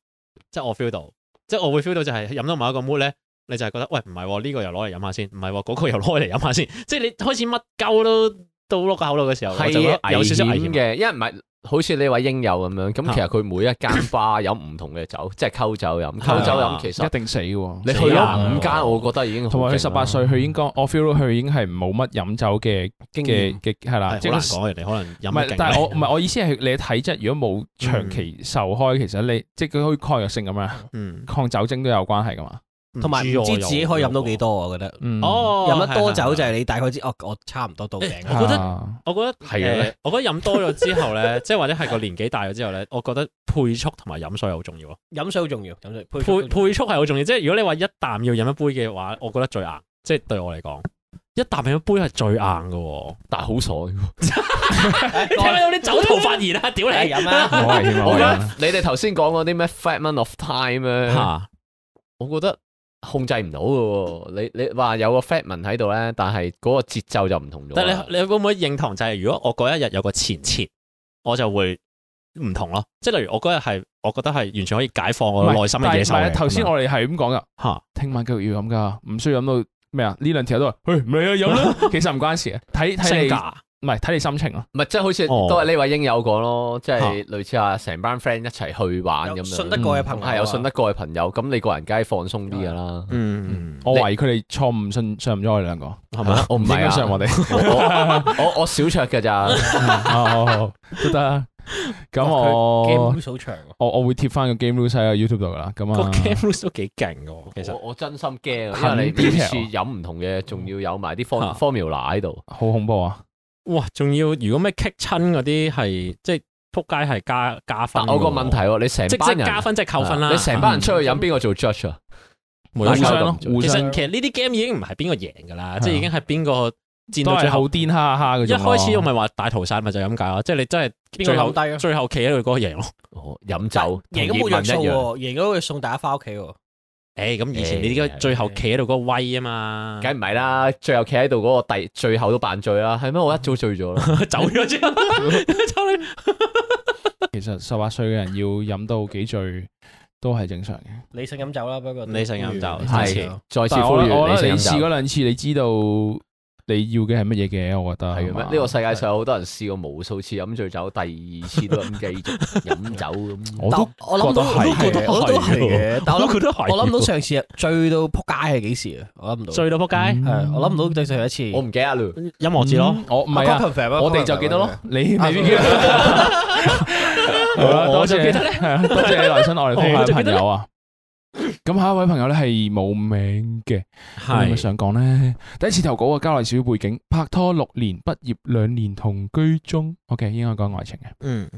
S1: 即係我 feel 到，即係我會 feel 到就係飲到某一個 mood 咧，你就係覺得喂唔係喎，呢個又攞嚟飲下先，唔係喎，嗰個又攞嚟飲下先，即係你開始乜鳩都倒落個口度嘅時候，我就覺得
S4: 係
S1: 啊有
S4: 有
S1: 少少
S4: 少少
S1: 危
S4: 危
S1: 險
S4: 險。嘅，因為唔係好似呢位應有咁樣，咁其實佢每一間 bar 有唔同嘅酒，即係溝酒飲，溝酒
S1: 係啊
S4: 飲其
S2: 一
S4: 實
S2: 定死嘅喎，
S4: 你去
S1: 死啦
S4: 咗五間，我覺得已經好
S2: 同埋佢
S4: 勁
S2: 十八
S4: 啦
S2: 歲，佢應該我 feel 到佢已經係冇乜飲酒嘅
S3: 經
S2: 嘅
S3: 驗
S2: 嘅係啦，
S1: 啊係
S2: 即
S1: 好
S2: 係
S1: 難
S2: 個
S1: 講，人哋可能飲
S2: 唔
S1: 得
S2: 係
S1: 勁，
S2: 但係我唔係我意思係你嘅體質，如果冇長期受開，其實你即係佢好似抗藥性咁樣，
S1: 嗯，
S2: 抗酒精都有關係噶嘛。
S3: 嗯同埋唔知自己可以飲到幾
S1: 多。
S3: 多，啊我覺得
S2: 嗯
S1: 哦，
S3: 飲得多
S1: 係係
S3: 酒
S1: 係
S3: 就係你大概知，哦，我差唔多到頂。
S1: 我覺得
S2: 啊
S1: 我覺得
S4: 係嘅咩
S1: 誒我覺得飲多咗之後咧， 即係或者係個年紀大咗之後咧，我覺得配速同埋飲水係好重要咯。
S3: 飲水好重要，飲水配
S1: 配配速係好重要，即係如果你話一啖要飲一杯嘅話，我覺得最硬，即係對我嚟講，一啖飲一杯係最硬嘅喎。
S4: 但係好爽。
S1: 你睇到啲酒徒發言啦，屌
S3: 嚟
S1: 你！
S3: 飲啊！
S2: 好危險啊
S4: 我
S2: 我
S4: 覺
S2: 覺
S4: 得
S2: 得！
S4: 你哋頭先講嗰啲咩 fragment of time 咧，
S1: 嚇，
S4: 我覺得控制唔到嘅喎。你你話有個 fragment 喺度咧，但係嗰個節奏就唔同咗
S1: 但
S4: 啦
S1: 係。你你會唔會認同就係如果我嗰一日有個前設，我就會唔同咯。即係例如我嗰日係，我覺得係完全可以解放我
S2: 唔係
S1: 內心嘅野獸
S2: 但係
S1: 嘅。
S2: 唔係頭先
S1: 咁樣
S2: 我哋係咁講噶，
S1: 嚇
S2: 聽晚繼續要飲噶，唔需要飲到咩啊？呢兩條都話，去唔理啊飲 啦，其實唔關事啊，睇睇
S1: 性
S2: 你
S1: 格
S2: 唔係睇你心情咯。
S4: 唔係即係好似
S1: 哦
S4: 都係呢位英友講咯，即係類似啊成班 friend 一齊去玩咁
S3: 有
S4: 樣。
S3: 信得過嘅朋友啊，
S4: 嗯係有信得過嘅朋友，咁你個人梗係放鬆啲噶啦。
S1: 嗯，
S2: 我懷疑佢哋錯誤信信任咗我哋兩個，
S1: 係咪啊？
S4: 我唔
S2: 應
S4: 係
S2: 該
S4: 啊
S2: 信任我 哋。 哦
S4: 我我我我小卓㗎咋，
S2: 好好都得啊。咁
S3: 哇佢
S2: 我
S3: game 好長喎。
S2: 我我會貼翻個 game rules 喺 YouTube 度噶啦。咁
S1: 個 game
S2: 啊，
S1: rules 都幾勁嘅喎，其實
S4: 我。我真心驚啊，
S2: 很
S4: 因為你每
S2: detail
S4: 次飲唔同嘅，仲要有埋啲
S1: 嚇
S4: form formula 喺度。
S2: 好恐怖啊！
S1: 哇，仲要如果咩棘親嗰啲係即係撲街係加加分
S4: 但
S1: 㗎喎，
S4: 我個問題喎，你
S1: 即
S4: 成
S1: 即
S4: 班
S1: 係
S4: 人
S1: 加分即
S2: 啊
S1: 係扣分啦。嗯
S4: 你成班人出去飲，邊個做 judge 啊？
S1: 互
S2: 互相
S4: 大家都
S2: 咯
S4: 唔，做
S2: 互
S1: 其
S2: 相
S1: 實其實呢啲 game 已經唔係邊個贏㗎啦，即係
S2: 係啊
S1: 已經係邊個戰
S2: 都
S1: 到最
S2: 係好
S1: 後。
S2: 癲啊哈哈嗰
S1: 一
S2: 種咯。
S1: 開始我咪話大屠殺咪就係咁解咯，即係你真係
S3: 邊個
S1: 最後
S3: 留低啊
S1: 最後企喺度嗰個贏咯。
S4: 哦，飲酒
S3: 贏
S4: 同
S3: 咗冇
S4: 葉問
S3: 約數
S4: 一樣，
S3: 喎，贏咗佢送大家翻屋企喎。
S1: 誒咁以前你呢個
S4: 誒
S1: 最後企喺度嗰個威啊嘛，
S4: 梗唔係啦。最後企喺度嗰個第最後都扮醉啦，係咩？我一早醉 咗啦。
S1: 走咗 之後，走你
S2: 其實十八歲嘅人要飲到幾醉都係正常嘅。
S3: 理性飲酒啦，不過
S1: 理性飲酒
S3: 嗯
S1: 係
S3: 理性
S4: 再次
S2: 但係
S4: 呼
S2: 我覺得我
S4: 籲
S2: 覺得
S4: 你
S2: 你試
S4: 試飲酒
S2: 嗰兩次，你知道你要嘅係乜嘢嘅，我覺得
S4: 係嘅
S2: 係
S4: 咩？
S2: 嘛
S4: 呢個世界上有好多人試過無數次飲醉酒，第二次都咁繼續飲酒咁。
S2: 我
S3: 但
S2: 都
S3: 我諗到
S2: 覺得係
S3: 我都覺得我都係嘅，但我
S1: 我
S3: 諗
S1: 覺得係
S3: 我諗到上次醉到撲街係幾時啊？我諗唔到，
S1: 醉到仆街，
S3: 係我諗唔到對上一次。
S4: 我唔記得啦。
S1: 音樂節咯，
S2: 嗯，我唔係啊，我哋就記得咯，你未 必記得。好啦，
S1: 我
S2: 多
S1: 就
S2: 謝，
S1: 記得咧
S2: 係啊多謝你來信我哋聽
S1: 我
S2: 嘅
S1: 就記
S2: 朋
S1: 得咧
S2: 友啊。咁下一位朋友咧係冇名嘅，咁有
S1: 係
S2: 咪想講咧？第一次投稿啊，交代少少背景，拍拖六年，畢業兩年，同居中。OK，應該講愛情嘅。
S1: 嗯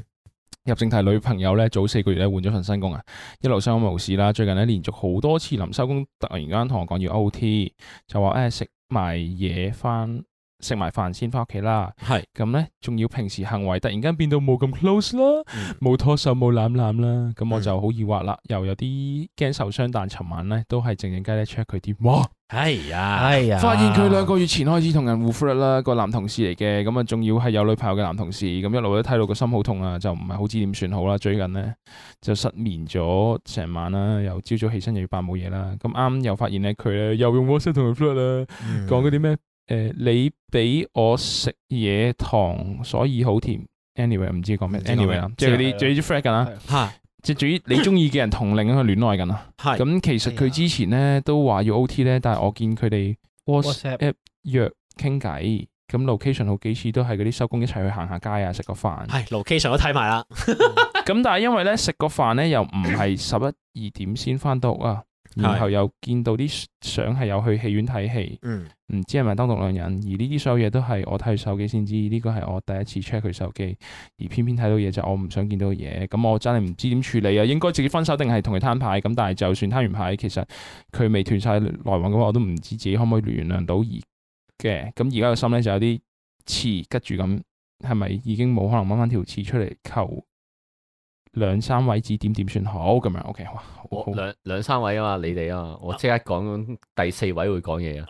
S2: 入正題，女朋友咧早四個月咧換咗份新工啊，一路相安無事啦。最近咧連續好多次臨收工，突然間同我講要 O T，就話誒食埋嘢翻食埋飯先翻屋企啦。
S1: 係
S2: 咁咧，仲要平時行為突然間變到冇咁 close 啦，
S1: 嗯
S2: 冇拖手冇攬攬啦，咁我就好疑惑啦，又有啲驚受傷，但尋晚咧都係靜靜雞咧 check 佢啲哇，
S1: 哎呀，
S3: 哎呀，
S2: 發現佢兩個月前開始同人互 flirt 啦，個男同事嚟嘅，咁啊仲要係有女朋友嘅男同事，咁一路都睇到個心好痛啊，就唔係好知點算好啦。最近呢，就失眠咗成晚啦，又朝早起身又要扮冇嘢啦，咁啱又發現咧佢咧又用 WhatsApp 同佢 flirt 啦。
S1: 嗯
S4: 嗯
S2: 講嗰啲咩？誒，你俾我食嘢糖，所以好甜。anyway 唔知講咩
S4: 唔知講咩
S2: ，anyway 啊啦，即係嗰
S4: 即係
S2: 啲最之 friend 緊啦
S4: 係，
S1: 嚇
S2: 即係至於你中意嘅人同另一個戀愛緊啦。
S1: 係
S2: 咁其實佢之前咧都話要 OT 咧，但係我見佢哋
S3: WhatsApp
S2: WhatsApp 約傾偈，咁 location 好幾次都係嗰啲收工一齊去行下街啊，食個飯。
S1: 係 location 都睇埋啦，
S2: 咁但係因為咧食個飯咧又唔係十一二點先翻到屋啊，然後又見到啲相係有去戲院睇戲。
S1: 嗯
S2: 唔知係咪單獨兩人，而呢啲所有嘢都係我睇佢手機先知，呢個係我第一次 check 佢手機，而偏偏睇到嘢就係我唔想見到嘅嘢，咁我真係唔知點處理啊！應該直接分手定係同佢攤牌？咁但係就算攤完牌，其實佢未斷晒來往嘅話，我都唔知自己可唔可以原諒到而嘅。咁而家個心咧就有啲刺拮住咁，係咪已經冇可能掹翻條刺出嚟求呃兩三位指點點算好咁樣？OK，哇，好
S4: 我
S2: 好
S4: 兩兩三位啊嘛，你哋啊嘛，我即刻講第四位會講嘢啊。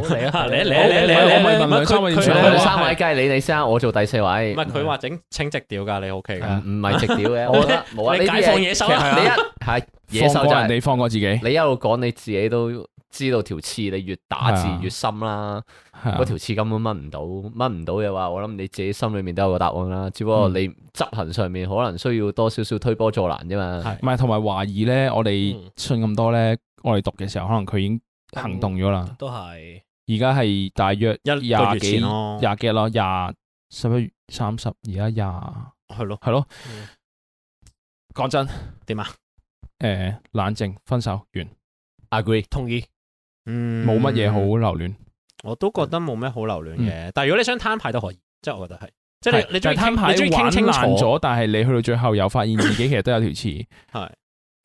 S3: 嚟啊，
S1: 你你
S2: 我
S1: 你你
S2: 我我咪問
S1: 唔係啊
S2: 兩三位嗯
S1: 佢
S2: 點算
S1: 佢
S4: 兩
S1: 佢
S4: 三位梗係你哋先啊，我做第四位。
S1: 唔係佢話啊整清直調㗎，你 OK
S4: 唔
S1: 㗎？
S4: 唔係直屌嘅，我覺得冇啊。
S1: 你
S4: 呢啲
S1: 解放野獸啦
S4: 其實你一係野獸
S2: 放
S4: 就
S2: 過
S4: 係
S2: 人哋，放過自己，
S4: 你一路講你自己都知道條刺，你越打字越深啦。
S2: 係啊
S4: 嗰條刺根本掹唔到，掹唔到嘅話，我諗你自己心裏面都有個答案啦。只不過
S2: 嗯
S4: 你執行上面可能需要多少少推波助瀾啫嘛。
S2: 唔係，同埋懷疑咧，我哋
S3: 嗯
S2: 信咁多咧，我哋讀嘅時候，可能佢已經行動咗啦。
S3: 都係
S2: 而家係大約
S1: 嗯一個
S2: 廿
S1: 月
S2: 幾
S1: 前咯，
S2: 廿幾日咯，廿十一月三十，而家廿
S1: 係咯，
S2: 係咯
S1: 嗯。
S2: 講真，
S1: 點啊？
S2: 誒，冷靜，分手完，
S4: Agree，
S3: 同意，
S1: 嗯
S2: 冇乜嘢好留戀。
S1: 我都覺得冇咩好留戀嘅，但係如果你想攤牌都可以，即係我覺得係，即係
S2: 係
S1: 你你中意
S2: 但係攤
S1: 傾你中意
S2: 牌
S1: 傾
S2: 玩
S1: 清
S2: 爛
S1: 楚，
S2: 咗，但係你去到最後又發現自己其實 都有條刺。
S1: 係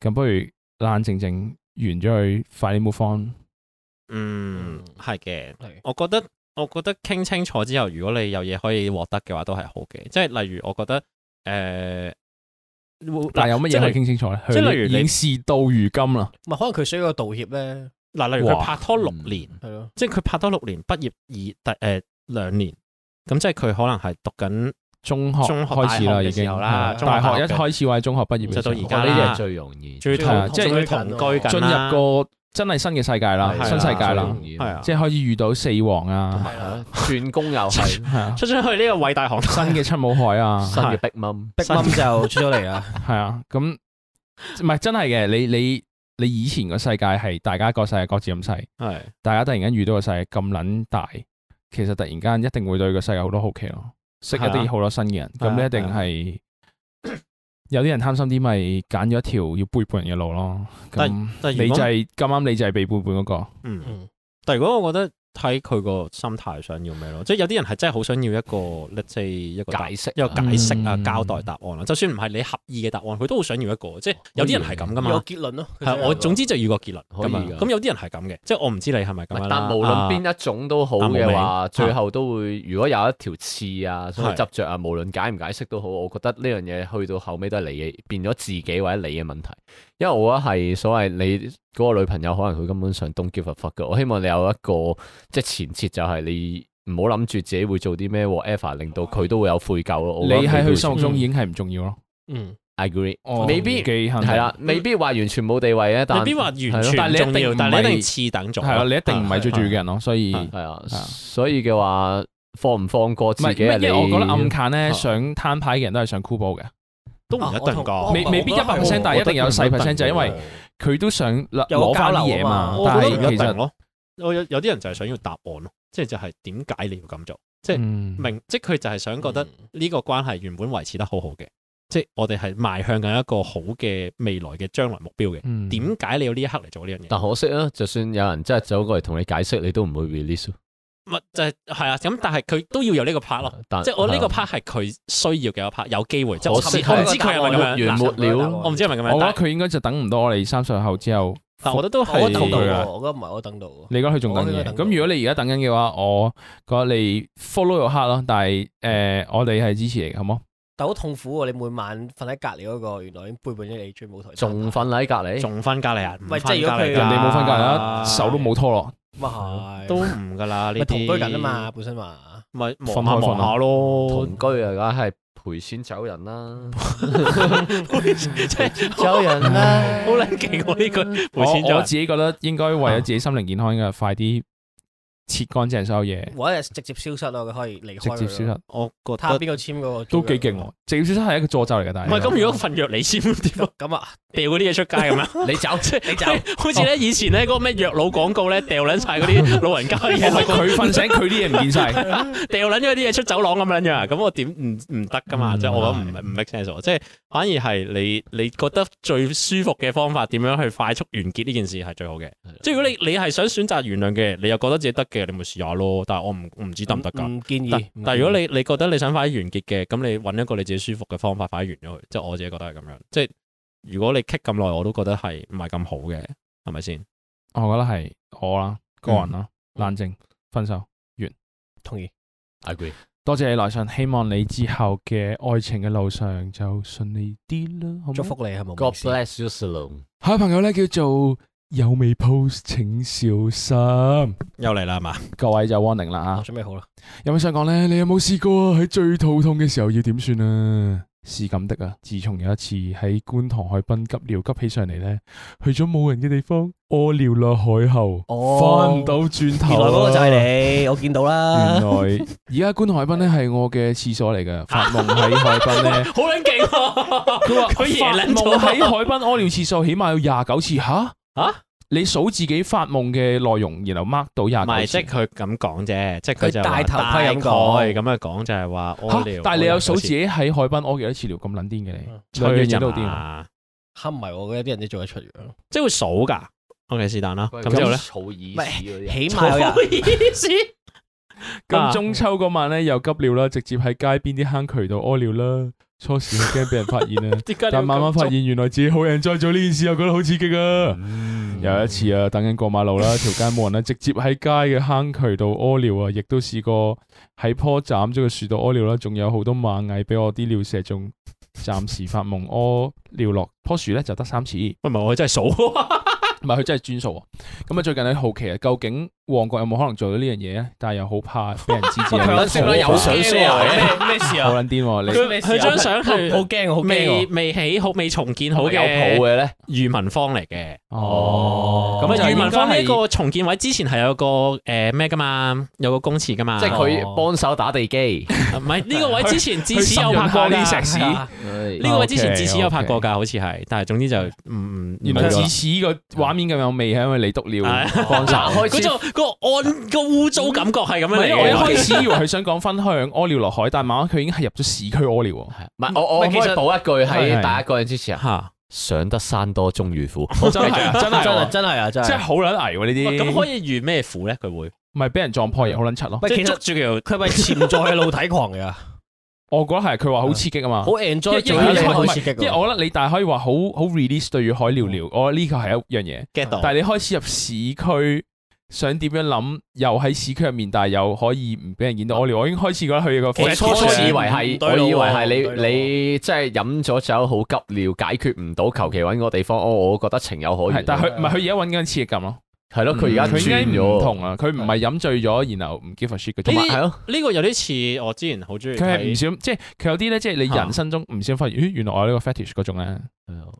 S2: 咁，不如冷靜靜完咗佢，快啲 move on。
S1: 嗯係嘅。
S3: 係
S1: 我覺得我覺得傾清楚之後，如果你有嘢可以獲得嘅話，都係好嘅。即係例如，我覺得誒，嗱
S2: 但係有乜嘢可以傾清楚咧？
S1: 即係例如
S2: 佢已
S1: 你
S2: 經事到如今啦。
S3: 唔係可能佢需要個道歉咧，
S1: 嗱，例如佢
S2: 哇嗯
S1: 拍拖六年，
S3: 係咯，
S1: 即係佢拍拖六年，畢業二第誒兩年，咁即係佢可能係讀緊
S2: 中學
S1: 中學
S2: 開始啦，
S1: 大學
S2: 已
S1: 嘅
S2: 經
S1: 時候
S2: 係
S1: 啦
S2: 啊
S1: 中學
S2: 大學
S1: 大
S2: 一
S1: 學嘅
S2: 開始或者中學畢業嘅時
S1: 就
S2: 候
S1: 到而
S4: 我
S1: 家
S4: 哦覺得呢
S1: 啦
S4: 啲係最容易，
S1: 最
S3: 即
S1: 同
S2: 係
S1: 即係同居緊
S2: 進
S1: 啦
S2: 入嗯個真係新嘅世界啦
S1: 係，
S4: 係
S1: 啊
S2: 新世界
S4: 最
S2: 啦
S4: 容，易
S1: 係啊，
S2: 即係開始遇到四皇啊，
S3: 係啦，
S4: 轉工 又係
S2: 係啊，
S1: 出咗去呢個偉大航
S2: 新嘅七武海啊，
S4: 新嘅逼蚊，
S3: 逼冧就出咗嚟 啦，
S2: 係啊，咁唔係真係嘅，你你你以前個世界係大家個世界各自咁細，
S1: 係
S2: 大家突然間遇到個世界咁撚大，其實突然間一定會對個世界好多好奇咯，識一
S1: 係啊
S2: 啲好多新嘅人，
S1: 係啊
S2: 咁你一定係。有啲人貪心啲，咪揀咗一條要背叛人嘅路咯。咁
S1: 但係啊
S2: 你
S1: 如
S2: 就
S1: 果
S2: 係咁啱，你就係被背叛嗰個。
S1: 嗯，
S3: 嗯，
S1: 但係如果我覺得睇佢個心態想要咩咯，即係有啲人係真係好想要一個 let's say 一個答
S4: 解釋
S1: 一個解釋啊、
S2: 嗯
S1: 交代答案啦，就算唔係你合意嘅答案，佢都好想要一個，
S2: 哦
S1: 即係有啲人係咁噶
S3: 有
S1: 嘛
S3: 個。結論咯，佢想
S1: 係
S3: 有
S1: 我
S3: 個
S1: 總之就遇過結論
S4: 可
S1: 咁
S4: 以㗎
S1: 啊，咁有啲人係咁嘅，即係我唔知你係咪咁樣啦
S4: 但無論邊一種都好嘅話，
S1: 啊
S4: 最後都會如果有一條刺啊，所以
S1: 係
S4: 執着啊，無論解唔解釋都好，我覺得呢樣嘢去到後尾都係你嘅，變咗自己或者你嘅問題。因為我覺得係所謂你嗰個女朋友，可能佢根本上 don't give a fuck 嘅。我希望你有一個即係前設，就係你唔好諗住自己會做啲咩 whatever，令到佢都會有悔疚咯。我
S2: 你
S4: 覺得
S2: 喺
S4: 都會
S2: 佢心目中
S4: 做
S2: 已經係哦唔重要咯。
S3: 嗯
S4: I agree，
S2: 我
S4: 哦未必
S2: 記恨
S4: 係啦，未必話完全冇地位嘅，啊但
S1: 啊未必話完全
S4: 係咯
S1: 唔重要，但
S2: 但係
S1: 係你一
S2: 你一定唔係
S1: 定次等咗。
S2: 係啊啦，你一定唔係最重要嘅
S1: 嘅。
S2: 人咯，所以
S1: 啊係
S2: 唔
S4: 係啊，
S2: 係啊
S4: 所以嘅話放唔放過自
S2: 係，
S4: 己係啊
S2: 因為我覺得暗
S4: 你
S2: 砍咧
S1: 啊
S2: 想攤牌嘅人都係想箍煲嘅，
S1: 都唔一定
S3: 啊
S1: 講。
S2: 未未必一
S3: 我覺得
S2: 百
S3: 係
S2: percent，但係一定有細 percent，就係因為
S1: 我
S2: 佢都想攞
S3: 有個
S2: 攞翻啲嘢
S3: 交
S2: 嘛
S1: 覺
S3: 流。
S2: 但
S1: 得唔
S2: 係
S1: 一
S2: 其
S1: 定
S2: 實
S1: 咯。我有有啲人就係想要答案咯，即係就係點解你要咁做？即係
S2: 嗯
S1: 明，即係佢就係想覺得呢個關係原本維持得好好嘅，即係我哋係邁向緊一個好嘅未來嘅將來目標嘅。
S2: 嗯
S1: 點解你要呢一刻嚟做呢樣嘢？
S4: 但可惜啊，就算有人真係走過嚟同你解釋，你都唔會 release 咯。
S1: 咪就係係啊，咁但係佢都要有呢個 part 咯，
S4: 但
S1: 即係我呢個
S4: 係
S1: part
S4: 啊
S1: 係佢需要嘅一個 part，有機會。即係我
S4: 可
S1: 唔
S4: 惜
S1: 知我唔知佢係咪咁
S4: 沒
S1: 樣，
S4: 完
S1: 嗱
S4: 沒了。
S1: 我唔知係咪咁
S2: 我
S1: 樣，
S2: 覺得
S1: 但係
S2: 佢應該就等唔到我哋三十後之後
S1: 但我覺得都
S3: 我
S1: 係
S3: 等到
S2: 佢
S3: 喎，
S2: 啊
S3: 我覺得唔係我等到喎。
S2: 你而家去仲等
S3: 我應
S2: 嘅
S3: 該，等
S2: 咁如果你而家等緊嘅話，我覺得你 follow your heart 咯，但係诶、呃我哋係支持你嘅，好冇？
S3: 但好痛苦喎！你每晚瞓喺隔離嗰個，原來已經背叛咗你追舞台。
S4: 仲瞓喺隔離，
S1: 仲分隔離啊？
S3: 喂即係如果佢
S1: 唔分隔離㗎
S2: 人哋冇分隔啦，
S3: 啊
S2: 手都冇拖落，
S3: 咪啊係
S1: 都唔噶啦，呢
S3: 咪
S1: 啲
S3: 同居緊啊嘛，，本身話
S1: 咪
S2: 分
S1: 望下
S2: 開放
S1: 望下咯
S4: 同。居啊，梗係賠錢走人啦，
S1: 即係
S4: 走人 啦，
S1: 好撚勁喎呢句
S2: 我
S1: 賠錢
S2: 我
S1: 咗
S2: 自己覺得應該為咗自己心靈健康，應該快啲切乾淨所有嘢，
S3: 或者直接消失咯，佢可以離開佢
S2: 直
S3: 咯。
S2: 接消失，
S1: 我覺
S3: 睇
S1: 得
S3: 下邊個簽嗰個
S2: 都幾勁喎！直接消失係一個助咒嚟嘅，但
S1: 唔係
S2: 係
S1: 咁，如果份藥你簽 點啊？
S3: 咁啊，
S1: 掉嗰啲嘢出街咁樣。
S4: 你走，
S1: 你就 好似咧以前咧嗰個咩藥老廣告咧，掉撚晒嗰啲老人家 嘅嘢
S2: 我
S1: 落
S2: 係
S1: 個，
S2: 佢瞓醒，佢啲嘢唔 見晒。
S1: 掉撚咗啲嘢出走廊咁樣樣啊，咁我點唔唔得噶嘛？
S2: 嗯
S1: 即係我覺得唔唔 make sense 喎即係反而係你你覺得最舒服嘅方法，點樣去快速完結呢件事係最好嘅。即係如果你你係想選擇原諒嘅，你又覺得自己得嘅，你咪試下咯。但係我唔我唔知得唔得㗎。
S3: 嗯唔建議
S1: 但。但如果你你覺得你想快啲完結嘅，咁你揾一個你自己舒服嘅方法快啲完咗佢，即係我自己覺得係咁樣。即係如果你棘咁耐，我都覺得係唔係咁好嘅，係咪先？
S2: 我覺得係我啦，個人啦，冷靜分手。
S3: 同意，
S4: I agree，
S2: 多謝你來信，希望你之後嘅愛情嘅路上就順利啲啦，好唔好
S3: 祝福你係冇冇
S4: God
S3: 事。
S4: bless you alone。
S2: 下一位朋友咧叫做有未 post 請小心，
S1: 又嚟啦，係嘛？
S2: 各位就 warning 啦
S3: 我
S2: 啊！
S3: 準備好啦，
S2: 有咩想講咧？你有冇試過喺最肚痛嘅時候要點算啊？是咁的啊！自從有一次喺觀塘海濱急尿急起上嚟咧，去咗冇人嘅地方屙尿落海後，
S3: 哦
S2: 翻唔到轉頭啊，嗯
S3: 原來嗰個就係你，我見到啦。
S2: 原來而家觀塘海濱咧係我嘅廁所嚟 嘅，發夢喺海濱咧，
S1: 好撚勁喎！
S2: 佢話
S1: 佢
S2: 發
S1: 贏撚咗
S2: 夢喺海濱屙尿次數起碼有廿九次吓
S1: 啊！
S2: 你數自己發夢嘅內容，然後 mark 到
S1: 唔係，
S2: 廿
S1: 即係
S2: 九次。
S1: 佢咁講啫，即係佢就
S3: 佢戴頭盔咁講
S1: 講，咁樣講就係話
S2: 吓
S1: 屙尿。
S2: 但係你有數自
S1: 字，
S2: 己喺海濱屙幾多次尿咁撚癲嘅你
S3: 嗯，
S1: 吹
S2: 兩樣
S1: 嘅
S2: 嘢
S1: 啫
S2: 都好癲。
S1: 嘛，
S3: 嚇唔係喎，有啲人都做得出嘅。
S1: 即係會數㗎。OK，是但啦。咁之後咧，
S4: 後咧，
S3: 唔係
S4: 草耳屎嗰啲啊，
S3: 起碼 有人
S1: 意思，啊
S2: 咁中秋嗰晚咧又急尿啦，直接喺街邊啲坑渠度屙尿啦。初時好驚俾人發現啊，
S1: 點解你
S2: 但慢慢發現原來自己好 enjoy 咗呢件事，我覺得好刺激啊！有一次啊，等緊過馬路啦，條街冇人啦，直接喺街嘅坑渠度屙尿啊，亦都試過喺棵斬咗嘅樹度屙尿啦，仲有好多螞蟻俾我啲尿射中，暫時發夢屙尿落棵樹咧就得三次，唔
S1: 喂唔係我真係數。
S2: 係佢真係專數喎。咁啊，最近喺好奇啊，究竟旺角有冇可能做到呢樣嘢咧？但係又好怕俾人 知自己
S3: 佢有
S4: 先啦有水先啊
S3: 咩咩事
S2: 好
S3: 啊？
S2: 撚癲喎！你
S1: 佢佢張相係
S3: 好驚，好驚
S1: 未
S3: 喎！
S1: 未起好、未重建好
S4: 有
S1: 嘅
S4: 抱嘅咧，
S1: 裕民坊嚟嘅。
S2: 哦，
S1: 咁
S2: 咁
S1: 啊，
S2: 就
S1: 裕民
S2: 應該
S1: 坊呢
S2: 係
S1: 個重建位之前係有個誒咩噶嘛，有個公廁噶嘛。哦
S4: 即係佢幫手打地基。
S1: 唔係呢個位之前至此有
S2: 去
S1: 拍
S2: 滲
S1: 過
S2: 潤下啲
S1: 㗎
S2: 石屎
S1: 呢
S2: 哦
S1: 個位之前至此有拍過㗎，好似係。但係總之就唔唔
S2: 原
S1: 唔係
S2: 來
S1: 咗
S2: 自
S1: 啦
S2: 此個畫面咁有味，係因為你篤尿
S1: 係
S2: 幫手。
S4: 嗱，開
S1: 嗰
S4: 始
S1: 種嗰個按個污糟感覺係咁
S2: 唔
S1: 樣
S2: 係，
S1: 嚟
S2: 因為我一
S1: 嘅。
S2: 開始以為佢想講分享屙尿落海，但係慢慢佢已經係入咗市區屙尿喎。
S4: 唔係我我可唔可以補一句
S2: 係係
S4: 喺打一個人之前啊，
S1: 嚇，
S4: 上得山多終遇虎。
S2: 真 係真
S3: 真係
S2: 係
S3: 真係啊！真
S2: 真係
S3: 係。
S2: 好撚危喎呢
S1: 哇咁可
S2: 啲，
S1: 以遇咩苦咧？佢會
S2: 唔係俾人撞破亦好撚柒咯。
S3: 喂，
S1: 即
S3: 其
S1: 係捉
S3: 實
S1: 住佢
S3: 佢係咪潛在嘅露體狂㗎？
S2: 我覺得係佢話好刺激啊嘛
S3: 好，enjoy
S2: 因
S3: 做
S2: 為
S3: 呢
S2: 因為
S3: 啲
S2: 唔
S3: 好
S2: 係
S3: 刺激
S2: 因為
S3: 㗎。
S2: 我覺得你但係可以話好好 release 對住海尿尿，我覺得呢個係一樣嘢。
S1: get 到。
S2: 但係你開始入市區，想點樣諗？又喺市區入面，但係又可以唔俾人見到屙尿。我已經開始覺得佢個
S3: 其實
S4: 初初以為係
S3: 唔，對
S4: 我
S3: 路喎
S4: 以為係
S3: 唔對
S4: 你
S3: 路喎
S4: 你即係飲咗酒好急尿，解決唔到，求其揾個地方，哦，我覺得情有可
S2: 係
S4: 原。啊
S2: 但係佢唔係嗯佢而家揾緊刺激感咯。
S4: 係咯，佢而家
S2: 佢應
S4: 轉
S2: 該唔
S4: 咗，
S2: 同啊，佢唔係飲醉咗，然後唔 give a shit 嘅。同
S4: 同
S2: 埋
S4: 埋係咯，
S1: 呢個有啲似我之前好中意
S2: 佢係唔
S1: 睇
S2: 小，即係佢有啲咧，即係你人生中唔小心發現，咦，原來我有呢個 fetish 嗰種啊咧，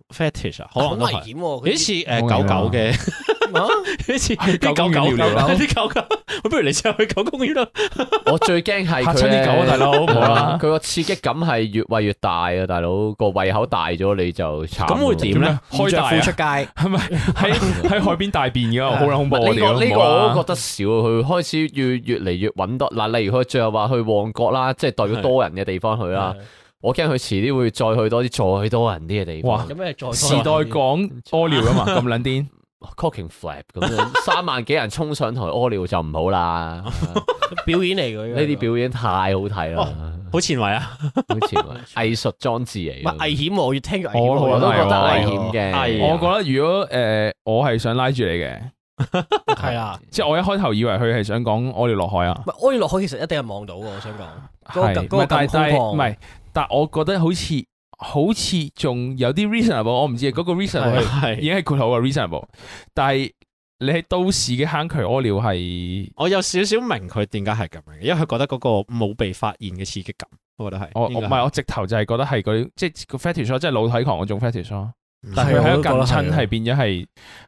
S1: fetish 啊，可
S3: 好
S1: 能
S3: 危
S1: 都係。
S3: 險喎！
S1: 有啲似誒狗狗嘅，
S3: 啊
S1: 有啲似
S2: 狗
S1: 啲
S2: 公
S1: 狗
S2: 園
S1: 狗
S2: 尿尿
S3: 啊
S1: 啲狗狗。喂不如你試下去狗公園啦。
S4: 我最驚 係
S2: 嚇
S4: 佢
S2: 親啲狗啊，大佬，冇
S4: 啦，
S2: 啦
S4: 佢。個刺激感係越喂越大啊，大佬個胃口大咗你就慘。啊
S1: 咁會點咧？
S2: 開大
S3: 褲出
S2: 啊，
S3: 街，
S2: 係咪喺 喺海邊大便嘅？好撚恐怖啊！
S4: 呢
S2: 屌
S4: 個呢
S2: 冇
S4: 個
S2: 啦
S4: 我都覺得少，佢開始越越嚟越揾多嗱，例如佢最後話去旺角啦，即係代表多人嘅地方去
S2: 啊
S4: 啦。我驚佢遲啲會再去多啲再多人啲嘅地
S2: 哇
S4: 方
S3: 有咩再
S2: 時代講屙尿 噶嘛，咁撚癲。
S4: ，cocking flap 咁樣， 三萬幾人衝上台屙尿就唔好啦。
S2: 哦
S3: 表演嚟嘅
S4: 呢啲表演太好睇啦。
S1: 好前衛啊！
S4: 好前衛藝術裝置嚟
S3: 唔
S4: 㗎。
S3: 系危险喎，越聽越危險
S2: 啊我
S3: 喎。
S4: 我都覺得危
S2: 係啊
S4: 險嘅。
S2: 我覺得如果诶我係想拉住你嘅，
S3: 係啦。
S2: 即系我一開頭以為佢係想講我哋落海啊，
S3: 唔係安樂海其實一定係望到嘅，我想講。嗰個
S2: 係
S3: 咁嗰個
S2: 唔係但係
S3: 咁
S2: 但係
S3: 空
S2: 唔
S3: 曠
S2: 係，但我覺得好似好似仲有啲 reasonable，我唔知嗰個 reasonable 係已
S1: 係，
S2: 經係括號啊 reasonable，但係你喺都市嘅坑渠屙尿係，
S1: 我有少少明佢點解係咁樣嘅，因為佢覺得嗰個冇被發現嘅刺激感，我覺得係。
S2: 我我
S1: 應該
S2: 哦唔
S1: 係
S2: 係我直頭就係覺得係嗰啲即係個 fetish 咯即係裸體狂嗰種 fetish 咯。
S1: 嗯
S2: 但係佢
S3: 係啊
S2: 喺
S3: 我
S2: 度
S3: 都覺得
S2: 近
S3: 係
S2: 親
S3: 啊
S2: 係變咗係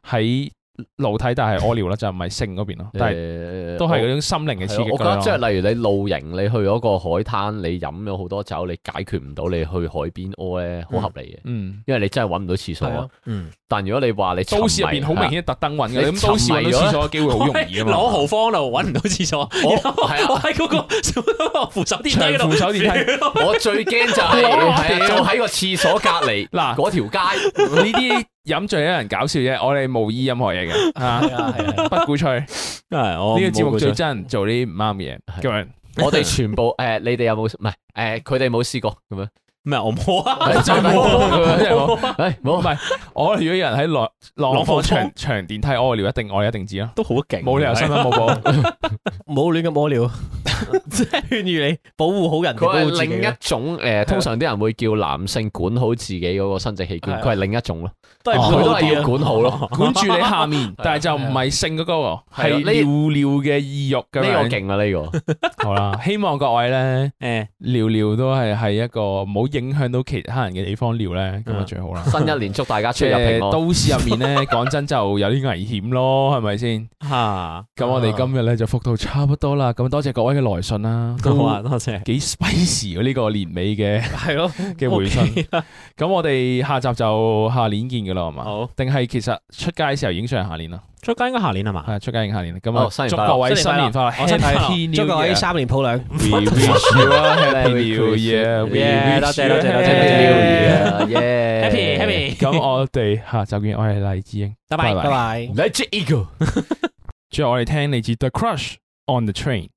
S2: 喺露體，但係屙尿啦，就唔係性嗰邊咯，但係啊
S4: 係
S2: 都係嗰種心靈嘅刺
S3: 啊
S2: 激
S4: 我覺得即
S2: 咯。
S4: 係例如你露營，你去嗰個海灘，你飲咗好多酒，你解決唔到你去海邊屙咧，好合理嘅，
S2: 嗯，
S4: 因為你真係揾唔到廁所
S3: 係
S4: 啊
S3: 啊。
S1: 嗯，
S4: 但如果你話你沉迷啊
S2: 都市入邊好明，顯特登揾嘅，
S4: 你
S2: 咁都市揾
S4: 沉迷
S2: 到
S4: 咗
S2: 廁所嘅機會好容易 啊嘛。
S1: 攞豪方路揾唔到廁所，
S4: 我
S1: 然後我
S4: 係啊
S1: 我喺嗰個扶手電梯嗰度
S2: 長扶，手 電梯。
S4: 係我最驚就 係係啊就喺個廁所隔離
S2: 嗱
S4: 嗰條街。
S2: 呢啲飲醉有人搞笑啫，我哋無意任何嘢嘅，啊，
S3: 係啊係啊，
S2: 不鼓吹。呢
S1: 呢
S2: 個
S1: 個
S2: 節目最憎做啲唔啱嘅嘢，
S4: 係
S2: 咁樣
S4: 我哋全部诶，你哋有冇唔係诶？佢哋冇試過咁樣，
S1: 咩？我冇 啊，
S2: 真係冇真係冇
S4: 诶
S2: 唔
S4: 冇
S2: 係我如果有人喺浪浪
S1: 浪
S2: 方
S1: 方
S2: 長長電梯屙尿，一定我一定知咯，
S1: 都好勁，
S2: 冇理由新聞冇報。
S3: 冇亂咁屙尿，即係勸喻你保護好人，保
S4: 佢
S3: 護
S4: 係
S3: 自己
S4: 另一
S3: 咯，
S4: 種誒、通常啲人會叫男性管好自己嗰個生殖器官，
S3: 係啊
S4: 佢係另一種咯，
S3: 都係
S1: 哦
S4: 佢
S3: 佢
S4: 都
S3: 都
S4: 係
S3: 係
S4: 要
S3: 要
S4: 管好咯。
S2: 管住你下面，但係就唔係性嗰個喎，係
S4: 係啊呢
S2: 尿尿嘅意欲 咁
S4: 呢個
S2: 樣。
S4: 勁啊！呢個
S2: 好啦，希望各位咧
S1: 誒
S2: 尿尿都係喺一個唔好影響到其他人嘅地方尿咧，咁啊
S1: 嗯
S2: 最好啦。
S4: 新一年祝大家出
S2: 即
S4: 入
S2: 係
S4: 平安。
S2: 呃都市入面咧， 講真就有啲危險咯，係咪先？
S1: 嚇，
S2: 咁我哋今日咧就覆到差不多啦，咁啊多謝各位嘅來信啦，
S1: 好啊，
S2: 都
S1: 多謝，
S2: 幾 spicy 啊喎呢個年尾嘅
S3: 係咯，
S2: 嘅回信。
S1: OK 啦
S2: 咁我哋下集就下年見噶啦，係嘛？
S1: 好，
S2: 定係其實出街嘅時候影相係下年啦，
S1: 出街應該下年係嘛？
S2: 係啊出街影下年啦。咁
S4: 哦新
S2: 啊，
S4: 年
S2: 祝
S4: 快樂
S2: 各位
S3: 新
S2: 新
S3: 年
S2: 年快樂
S1: 我新年快樂
S2: ，Happy
S3: 祝
S2: New
S3: 各位
S2: Year。
S3: 三年抱兩。
S2: We wish you a happy new year. We
S1: Yeah，多
S2: wish
S1: 謝
S2: you
S1: 多
S2: a
S1: 謝多
S2: happy
S1: 謝
S2: new year.
S4: 耶耶
S1: Happy happy，
S2: 咁我哋下集見，我係黎智英，
S1: 拜拜
S3: 拜拜。
S4: Let's eagle。
S2: 最後我哋聽嚟自 The Crush on the Train。